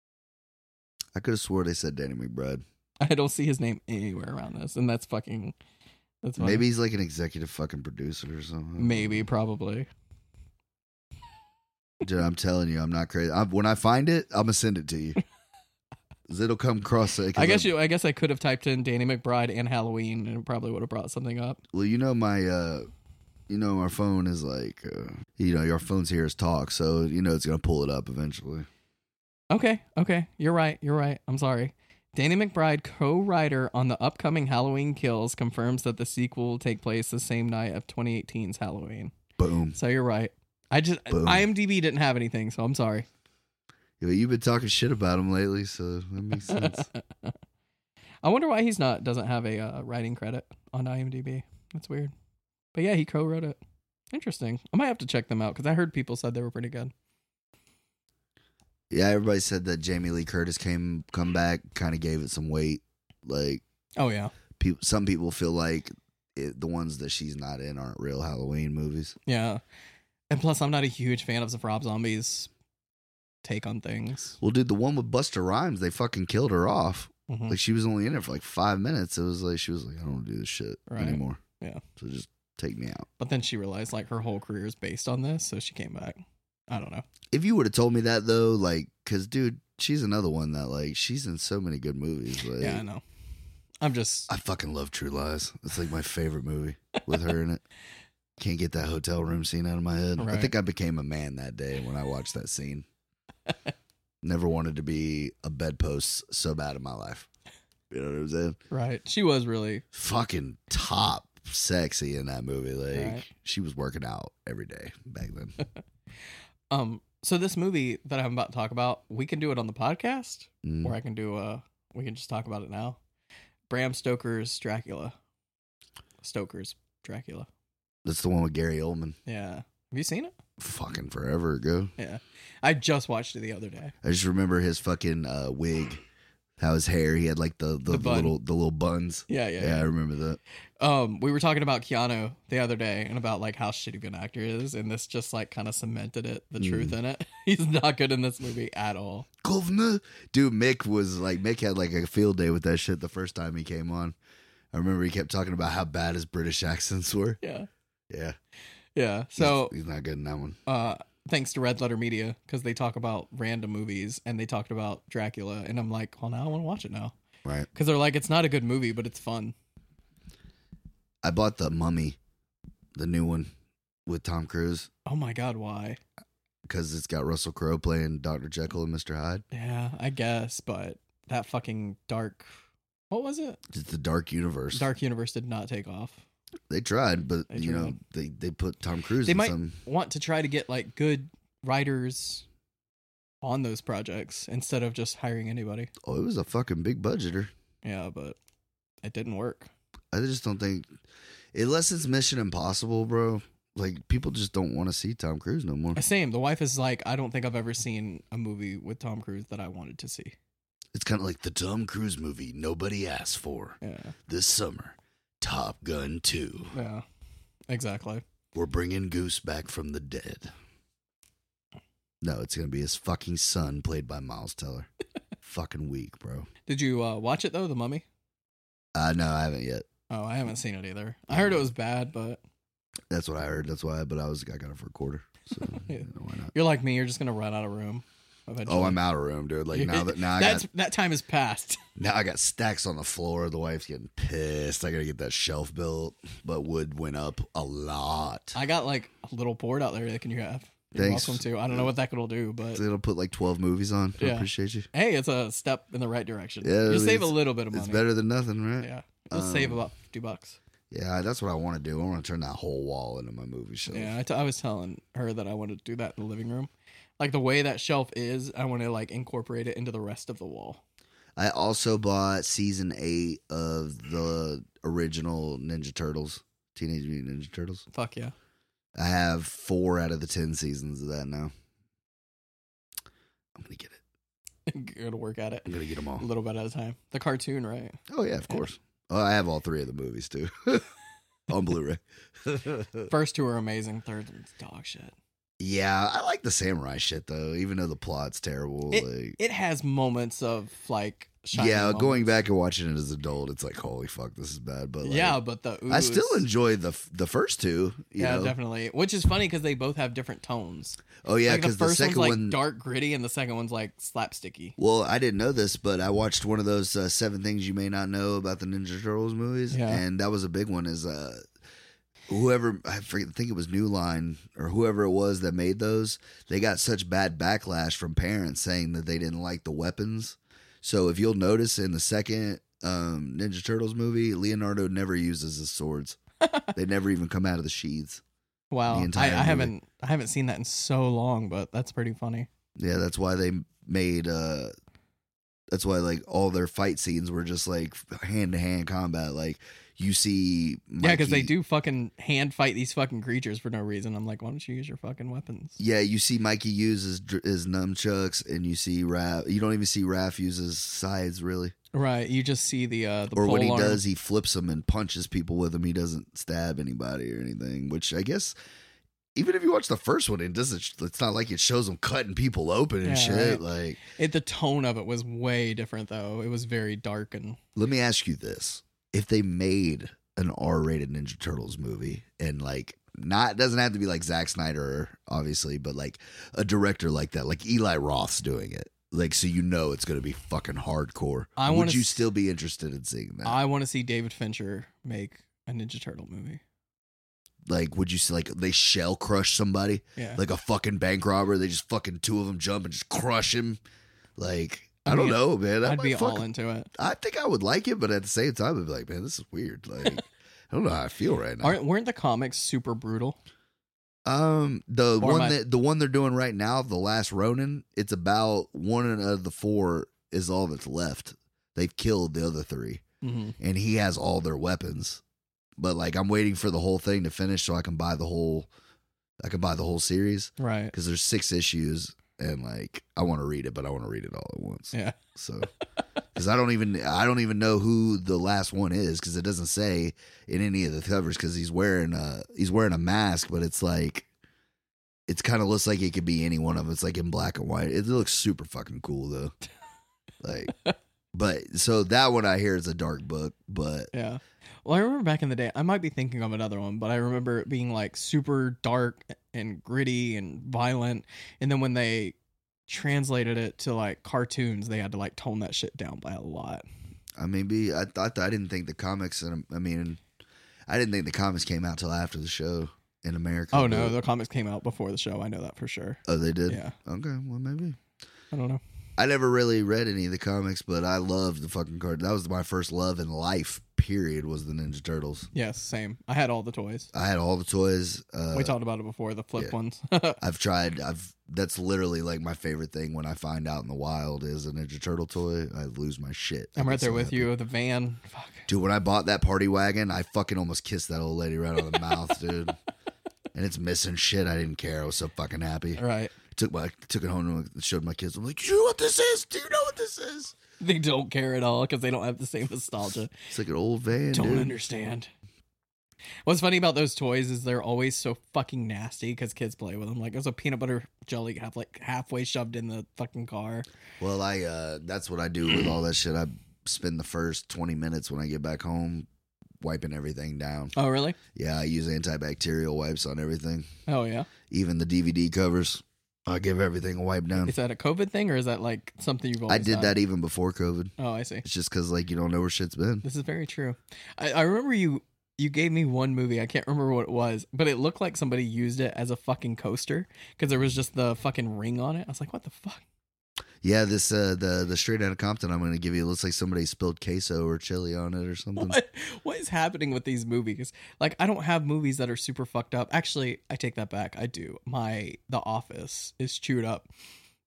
Speaker 3: i could have swore they said danny mcbride
Speaker 2: I don't see his name anywhere around this, and that's fucking. That's funny.
Speaker 3: Maybe he's like an executive fucking producer or something.
Speaker 2: maybe, probably.
Speaker 3: Dude, I'm telling you, I'm not crazy. i when I find it, I'm gonna send it to you. 'Cause It'll come across. I
Speaker 2: I guess you. I guess I could have typed in Danny McBride and Halloween, and it probably would have brought something up.
Speaker 3: Well, you know my, uh you know our phone is like, uh, you know your phone's here is talk, so you know it's gonna pull it up eventually.
Speaker 2: Okay, okay, you're right. You're right. I'm sorry. Danny McBride, co-writer on the upcoming Halloween Kills, confirms that the sequel will take place the same night of 2018's Halloween.
Speaker 3: Boom.
Speaker 2: So you're right. I just
Speaker 3: Boom.
Speaker 2: IMDb didn't have anything, so I'm sorry.
Speaker 3: Yeah, You've been talking shit about him lately, so that makes sense.
Speaker 2: I wonder why he's not doesn't have a uh, writing credit on IMDb. That's weird. But yeah, he co-wrote it. Interesting. I might have to check them out because I heard people said they were pretty good.
Speaker 3: yeah, everybody said that Jamie Lee Curtis came come back, kind of gave it some weight. Like
Speaker 2: Oh yeah,
Speaker 3: people, some people feel like it, the ones that she's not in aren't real Halloween movies.
Speaker 2: yeah. And plus, I'm not a huge fan of Rob Zombie's take on things.
Speaker 3: Well, dude, the one with Buster Rhymes, they fucking killed her off.
Speaker 2: Mhm.
Speaker 3: Like she was only in it for like five minutes. It was like she was like, I don't want to do this shit
Speaker 2: Right.
Speaker 3: anymore.
Speaker 2: Yeah.
Speaker 3: So just take me out.
Speaker 2: But then she realized like her whole career is based on this, so she came back. I don't know.
Speaker 3: If you would have told me that though, like, cause dude, she's another one that like she's in so many good movies. Like,
Speaker 2: Yeah, I know. I'm just
Speaker 3: I fucking love True Lies. It's like my favorite movie with her in it. Can't get that hotel room scene out of my head. I
Speaker 2: Right.
Speaker 3: think I became a man that day when I watched that scene. Never wanted to be a bedpost so bad in my life. You know what I'm saying?
Speaker 2: right. She was really
Speaker 3: fucking top sexy in that movie. Like
Speaker 2: Right.
Speaker 3: she was working out every day back then.
Speaker 2: um so this movie that I'm about to talk about, we can do it on the podcast
Speaker 3: Mm.
Speaker 2: or I can do uh we can just talk about it now. Bram Stoker's Dracula. Stoker's Dracula.
Speaker 3: That's the one with Gary Oldman.
Speaker 2: Yeah. Have you seen it?
Speaker 3: Fucking forever ago.
Speaker 2: I just watched it the other day.
Speaker 3: I just remember his fucking uh, wig How his hair, he had like the the,
Speaker 2: The
Speaker 3: the
Speaker 2: bun.
Speaker 3: little the little buns.
Speaker 2: Yeah, yeah,
Speaker 3: Yeah,
Speaker 2: yeah.
Speaker 3: I remember that.
Speaker 2: Um, we were talking about Keanu the other day and about like how shitty of an actor he is, and this just like kind of cemented it, the truth in it. He's not good in this movie at all.
Speaker 3: Governor, dude, Mick was like Mick had like a field day with that shit the first time he came on. I remember he kept talking about how bad his British accents were.
Speaker 2: Yeah,
Speaker 3: Yeah,
Speaker 2: yeah. So
Speaker 3: he's, he's not good in that one.
Speaker 2: uh thanks to Red Letter Media because they talk about random movies and they talked about Dracula and I'm like, well, now I want to watch it now
Speaker 3: Right.
Speaker 2: because they're like, it's not a good movie, but it's fun.
Speaker 3: I bought the Mummy, the new one with Tom Cruise
Speaker 2: Oh my god, why?
Speaker 3: because it's got Russell Crowe playing Doctor Jekyll and Mister Hyde.
Speaker 2: Yeah, I guess, but that fucking dark, what was it?
Speaker 3: It's the dark universe.
Speaker 2: Dark universe did not take off.
Speaker 3: They tried, but
Speaker 2: They
Speaker 3: you know
Speaker 2: tried.
Speaker 3: they they put Tom Cruise
Speaker 2: They
Speaker 3: in
Speaker 2: might-
Speaker 3: some.
Speaker 2: Want to try to get like good writers on those projects instead of just hiring anybody.
Speaker 3: Oh, it was a fucking big budgeter.
Speaker 2: Yeah, but it didn't work.
Speaker 3: I just don't think, unless it's Mission Impossible, bro. Like people just don't want to see Tom Cruise no more.
Speaker 2: Same. The wife is like, I don't think I've ever seen a movie with Tom Cruise that I wanted to see.
Speaker 3: It's kind of like the Tom Cruise movie nobody asked for
Speaker 2: Yeah.
Speaker 3: this summer, Top Gun Two.
Speaker 2: Yeah, exactly.
Speaker 3: We're bringing Goose back from the dead. No, it's gonna be his fucking son, played by Miles Teller. fucking weak, bro.
Speaker 2: Did you uh, watch it though, The Mummy?
Speaker 3: Uh no, I haven't yet.
Speaker 2: Oh, I haven't seen it either. I heard it was bad, but
Speaker 3: That's what I heard. That's why. But I was I got it for a quarter. So you know, why not?
Speaker 2: you're like me; you're just gonna run out of room. Eventually.
Speaker 3: Oh, I'm out of room, dude. Like now that now I
Speaker 2: that's
Speaker 3: got
Speaker 2: that time is past.
Speaker 3: now I got stacks on the floor. The wife's getting pissed. I gotta get that shelf built, but wood went up a lot.
Speaker 2: I got like a little board out there that can you have? You're
Speaker 3: Thanks.
Speaker 2: welcome to. I don't know what that will do, but
Speaker 3: It'll put like twelve movies on. I
Speaker 2: Yeah.
Speaker 3: appreciate you.
Speaker 2: hey, it's a step in the right direction.
Speaker 3: Yeah,
Speaker 2: you'll save a
Speaker 3: it's-
Speaker 2: little bit of money.
Speaker 3: It's better than nothing, right?
Speaker 2: Yeah, you'll save
Speaker 3: Um,
Speaker 2: about fifty bucks.
Speaker 3: Yeah, that's what I want to do. I want to turn that whole wall into my movie shelf.
Speaker 2: Yeah, I, t- I was telling her that I wanted to do that in the living room. Like the way that shelf is, I want to like incorporate it into the rest of the wall.
Speaker 3: I also bought season eight of the original Ninja Turtles, Teenage Mutant Ninja Turtles.
Speaker 2: Fuck yeah.
Speaker 3: I have four out of the ten seasons of that now. I'm gonna get it.
Speaker 2: gonna work at it
Speaker 3: I'm gonna get them all.
Speaker 2: a little bit at a time. The cartoon, right?
Speaker 3: Oh yeah, of course. Oh, I have all three of the movies too on Blu-ray.
Speaker 2: First two are amazing. Third one's dog shit.
Speaker 3: yeah, I like the samurai shit though, even though the plot's terrible. like,
Speaker 2: It has moments of like shining
Speaker 3: yeah,
Speaker 2: moments.
Speaker 3: going back and watching it as an adult, it's like holy fuck, this is bad. But like,
Speaker 2: yeah, but the ooze,
Speaker 3: I still enjoy the f- the first two. You
Speaker 2: yeah,
Speaker 3: know?
Speaker 2: definitely. Which is funny because they both have different tones.
Speaker 3: Oh yeah,
Speaker 2: like the
Speaker 3: because
Speaker 2: first
Speaker 3: the, second
Speaker 2: one's like
Speaker 3: one.
Speaker 2: dark gritty, and the second one's like slapsticky.
Speaker 3: well, I didn't know this, but I watched one of those uh, seven things you may not know about the Ninja Turtles movies,
Speaker 2: Yeah.
Speaker 3: and that was a big one. Is uh, whoever I forget, I think it was New Line or whoever it was that made those, they got such bad backlash from parents saying that they didn't like the weapons. So if you'll notice in the second um, Ninja Turtles movie, Leonardo never uses his swords. they never even come out of the sheaths. The
Speaker 2: Wow, I, I
Speaker 3: entire movie.
Speaker 2: haven't I haven't seen that in so long, but that's pretty funny.
Speaker 3: Yeah, that's why they made uh that's why like all their fight scenes were just like hand to hand combat. Like you see
Speaker 2: Yeah, because they
Speaker 3: Mikey-
Speaker 2: do fucking hand fight these fucking creatures for no reason. I'm like, why don't you use your fucking weapons?
Speaker 3: Yeah, you see Mikey use his dr- his nunchucks and you see Raph you don't even see Raph use his sides really.
Speaker 2: Right, you just see the uh the
Speaker 3: or when
Speaker 2: pole
Speaker 3: he
Speaker 2: arm.
Speaker 3: does he flips them and punches people with them. He doesn't stab anybody or anything, which I guess even if you watch the first one, it doesn't. It's not like it shows them cutting people open and
Speaker 2: Yeah, right.
Speaker 3: shit. Like,
Speaker 2: It, the tone of it was way different though. It was very dark and
Speaker 3: Let me ask you this: If they made an R-rated Ninja Turtles movie, and like not it doesn't have to be like Zack Snyder, obviously, but like a director like that, like Eli Roth's doing it, like so you know it's going to be fucking hardcore.
Speaker 2: I wanna
Speaker 3: would you
Speaker 2: s-
Speaker 3: still be interested in seeing that?
Speaker 2: I want to see David Fincher make a Ninja Turtle movie.
Speaker 3: like, would you see like they shell crush somebody,
Speaker 2: Yeah.
Speaker 3: like a fucking bank robber? They just fucking two of them jump and just crush him, like. I,
Speaker 2: I
Speaker 3: don't
Speaker 2: mean,
Speaker 3: know, man. I
Speaker 2: I'd
Speaker 3: might
Speaker 2: be all
Speaker 3: fucking-
Speaker 2: into it.
Speaker 3: I think I would like it, but at the same time, I'd be like, man, this is weird. Like, I don't know how I feel right now.
Speaker 2: Aren't weren't the comics super brutal?
Speaker 3: Um, the
Speaker 2: Or
Speaker 3: one
Speaker 2: my-
Speaker 3: that the one they're doing right now, the last Ronin, it's about one out of the four is all that's left. They've killed the other three,
Speaker 2: Mm-hmm.
Speaker 3: and he has all their weapons. But like, I'm waiting for the whole thing to finish so I can buy the whole, I can buy the whole series
Speaker 2: Right.
Speaker 3: because there's six issues, and like, I want to read it, but I want to read it all at once.
Speaker 2: Yeah.
Speaker 3: So because I don't even I don't even know who the last one is because it doesn't say in any of the covers because he's wearing a he's wearing a mask, but it's like it's kind of looks like it could be any one of them. It's like in black and white. It looks super fucking cool though. Like, but so that one I hear is a dark book, but
Speaker 2: Yeah. Well, I remember back in the day, I might be thinking of another one, but I remember it being like super dark and gritty and violent. And then when they translated it to like cartoons, they had to like tone that shit down by a lot.
Speaker 3: I maybe I thought I didn't think the comics. And I mean, I didn't think the comics came out till after the show in America.
Speaker 2: Oh no,
Speaker 3: but-
Speaker 2: the comics came out before the show. I know that for sure.
Speaker 3: oh they did.
Speaker 2: Yeah.
Speaker 3: Okay, well maybe.
Speaker 2: I don't know.
Speaker 3: I never really read any of the comics, but I loved the fucking card. That was my first love in life. Period was the Ninja Turtles.
Speaker 2: Yes, same. I had all the toys.
Speaker 3: I had all the toys. Uh,
Speaker 2: we talked about it before, the flip
Speaker 3: yeah.
Speaker 2: ones.
Speaker 3: I've tried. I've that's literally like my favorite thing when I find out in the wild is a Ninja Turtle toy. I lose my shit.
Speaker 2: I'm
Speaker 3: I
Speaker 2: right
Speaker 3: get
Speaker 2: there
Speaker 3: so
Speaker 2: with
Speaker 3: happy.
Speaker 2: you. The van. Fuck.
Speaker 3: dude. When I bought that party wagon, I fucking almost kissed that old lady right on the mouth, dude. And it's missing shit. I didn't care. I was so fucking happy.
Speaker 2: Right.
Speaker 3: Took my took it home and showed my kids. I'm like, you know what this is? Do you know what this is?
Speaker 2: They don't care at all because they don't have the same nostalgia.
Speaker 3: It's like an old van.
Speaker 2: don't
Speaker 3: dude.
Speaker 2: understand. What's funny about those toys is they're always so fucking nasty because kids play with them. Like there's a peanut butter jelly half like halfway shoved in the fucking car.
Speaker 3: Well, I uh that's what I do with all that shit. I spend the first 20 minutes when I get back home wiping everything down.
Speaker 2: Oh really?
Speaker 3: Yeah, I use antibacterial wipes on everything,
Speaker 2: Oh yeah.
Speaker 3: even the DVD covers. I give everything a wipe down.
Speaker 2: Is that a COVID thing or is that like something you've
Speaker 3: Um, I
Speaker 2: always
Speaker 3: did
Speaker 2: done?
Speaker 3: that e- even before COVID.
Speaker 2: Oh, I see.
Speaker 3: It's just cuz like you don't know where shit's been.
Speaker 2: This is very true. I, I remember you you gave me one movie. I can't remember what it was, but it looked like somebody used it as a fucking coaster because there was just the fucking ring on it. I was like, what the fuck?
Speaker 3: Yeah, this uh the the straight out of Compton I'm going to give you it looks like somebody spilled queso or chili on it or something.
Speaker 2: What, what is happening with these movies? Like, I don't have movies that are super fucked up. Actually, I take that back. I do. My The Office is chewed up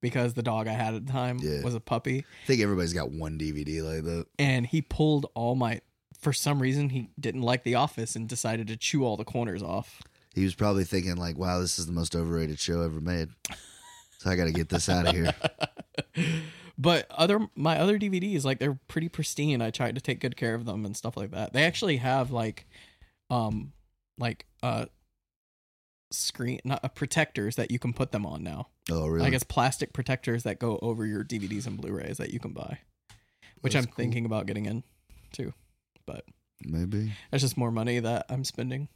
Speaker 2: because the dog I had at the time
Speaker 3: Yeah.
Speaker 2: was a puppy,
Speaker 3: I think everybody's got one DVD like that.
Speaker 2: and he pulled all my. For some reason, he didn't like The Office and decided to chew all the corners off.
Speaker 3: He was probably thinking like, "Wow, this is the most overrated show ever made." So I got to get this out of here.
Speaker 2: but other my other DVDs, like they're pretty pristine. I tried to take good care of them and stuff like that. They actually have like, um, like uh, screen not uh, protectors that you can put them on now.
Speaker 3: Oh, really?
Speaker 2: I guess plastic protectors that go over your DVDs and Blu-rays that you can buy, which
Speaker 3: That's
Speaker 2: I'm
Speaker 3: cool.
Speaker 2: thinking about getting in too. But
Speaker 3: Maybe.
Speaker 2: that's just more money that I'm spending.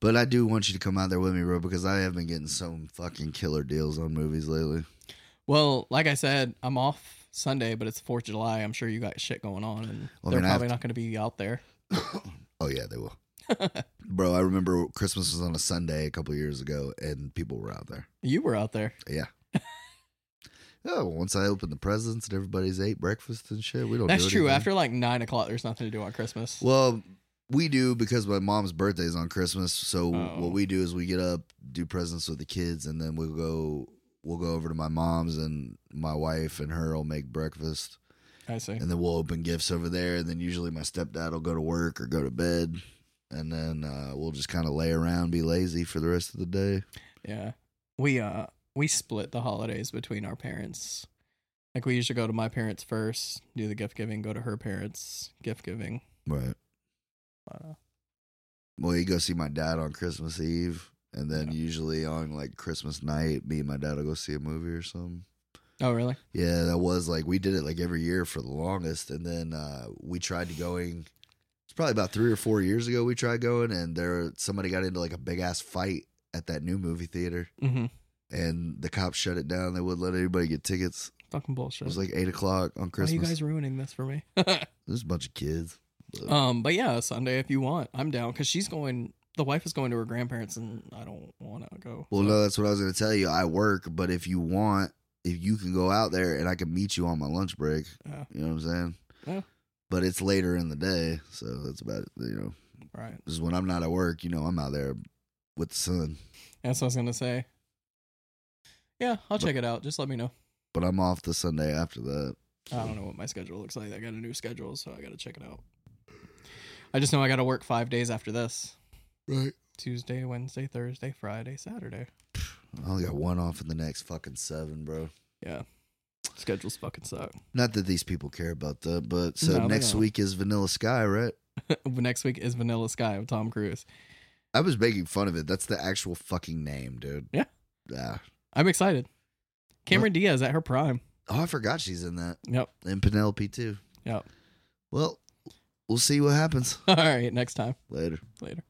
Speaker 3: But I do want you to come out there with me, bro, because I have been getting some fucking killer deals on movies lately.
Speaker 2: Well, like I said, I'm off Sunday, but it's Fourth of July. I'm sure you got shit going on, and
Speaker 3: Well,
Speaker 2: they're
Speaker 3: then I have
Speaker 2: probably not going to be out there.
Speaker 3: oh yeah, they will. bro, I remember Christmas was on a Sunday a couple years ago and people were out there.
Speaker 2: You were out there.
Speaker 3: Oh, once I opened the presents and everybody's ate breakfast and shit, we don't
Speaker 2: That's
Speaker 3: do
Speaker 2: true.
Speaker 3: anything.
Speaker 2: After like nine o'clock, there's nothing to do on Christmas.
Speaker 3: Well, we do because my mom's birthday is on Christmas. So
Speaker 2: Oh.
Speaker 3: what we do is we get up, do presents with the kids, and then we'll go we'll go over to my mom's and my wife and her'll make breakfast.
Speaker 2: I see.
Speaker 3: and then we'll open gifts over there. And then usually my stepdad will go to work or go to bed, and then uh, we'll just kind of lay around, be lazy for the rest of the day.
Speaker 2: Yeah, we uh we split the holidays between our parents. Like we usually go to my parents first, do the gift giving, go to her parents, gift giving.
Speaker 3: Right.
Speaker 2: Uh,
Speaker 3: Well, you go see my dad on Christmas Eve, and then
Speaker 2: Yeah.
Speaker 3: usually on like Christmas night, me and my dad will go see a movie or something.
Speaker 2: oh, really?
Speaker 3: Yeah, that was like we did it like every year for the longest, and then uh, we tried to going. It's probably about three or four years ago we tried going, and there somebody got into like a big ass fight at that new movie theater.
Speaker 2: Mm-hmm.
Speaker 3: and the cops shut it down. They wouldn't let anybody get tickets.
Speaker 2: Fucking
Speaker 3: It
Speaker 2: bullshit.
Speaker 3: was like eight o'clock
Speaker 2: Why
Speaker 3: on
Speaker 2: are you
Speaker 3: Christmas.
Speaker 2: guys ruining this for me?
Speaker 3: There's a bunch of kids.
Speaker 2: um, but yeah, Sunday if you want, I'm down because she's going. The wife is going to her grandparents, and I don't want to go.
Speaker 3: Well,
Speaker 2: So-
Speaker 3: no, that's what I was gonna tell you. I work, but if you want, if you can go out there and I can meet you on my lunch break,
Speaker 2: Yeah.
Speaker 3: you know what I'm saying?
Speaker 2: Yeah.
Speaker 3: But it's later in the day, so that's about it. You know,
Speaker 2: right?
Speaker 3: this is when I'm not at work. You know, I'm out there with the sun,
Speaker 2: That's what I was gonna say. Yeah, I'll check it out. Just let me know.
Speaker 3: but I'm off the Sunday after that.
Speaker 2: I don't know what my schedule looks like. I got a new schedule, so I got to check it out. I just know I got to work five days after this
Speaker 3: Right.
Speaker 2: Tuesday, Wednesday, Thursday, Friday, Saturday.
Speaker 3: I only got one off in the next fucking seven, bro.
Speaker 2: Yeah. It's schedules fucking suck.
Speaker 3: Not that these people care about that, but so
Speaker 2: No, they
Speaker 3: next
Speaker 2: don't.
Speaker 3: week is Vanilla Sky, right?
Speaker 2: Next week is Vanilla Sky with Tom Cruise.
Speaker 3: I was making fun of it. That's the actual fucking name, dude.
Speaker 2: Yeah.
Speaker 3: Ah.
Speaker 2: I'm excited. Cameron Diaz at her prime.
Speaker 3: Oh, I forgot she's in that.
Speaker 2: Yep.
Speaker 3: And Penelope too.
Speaker 2: Yep.
Speaker 3: Well, we'll see what happens
Speaker 2: All right. Next time.
Speaker 3: later.
Speaker 2: Later.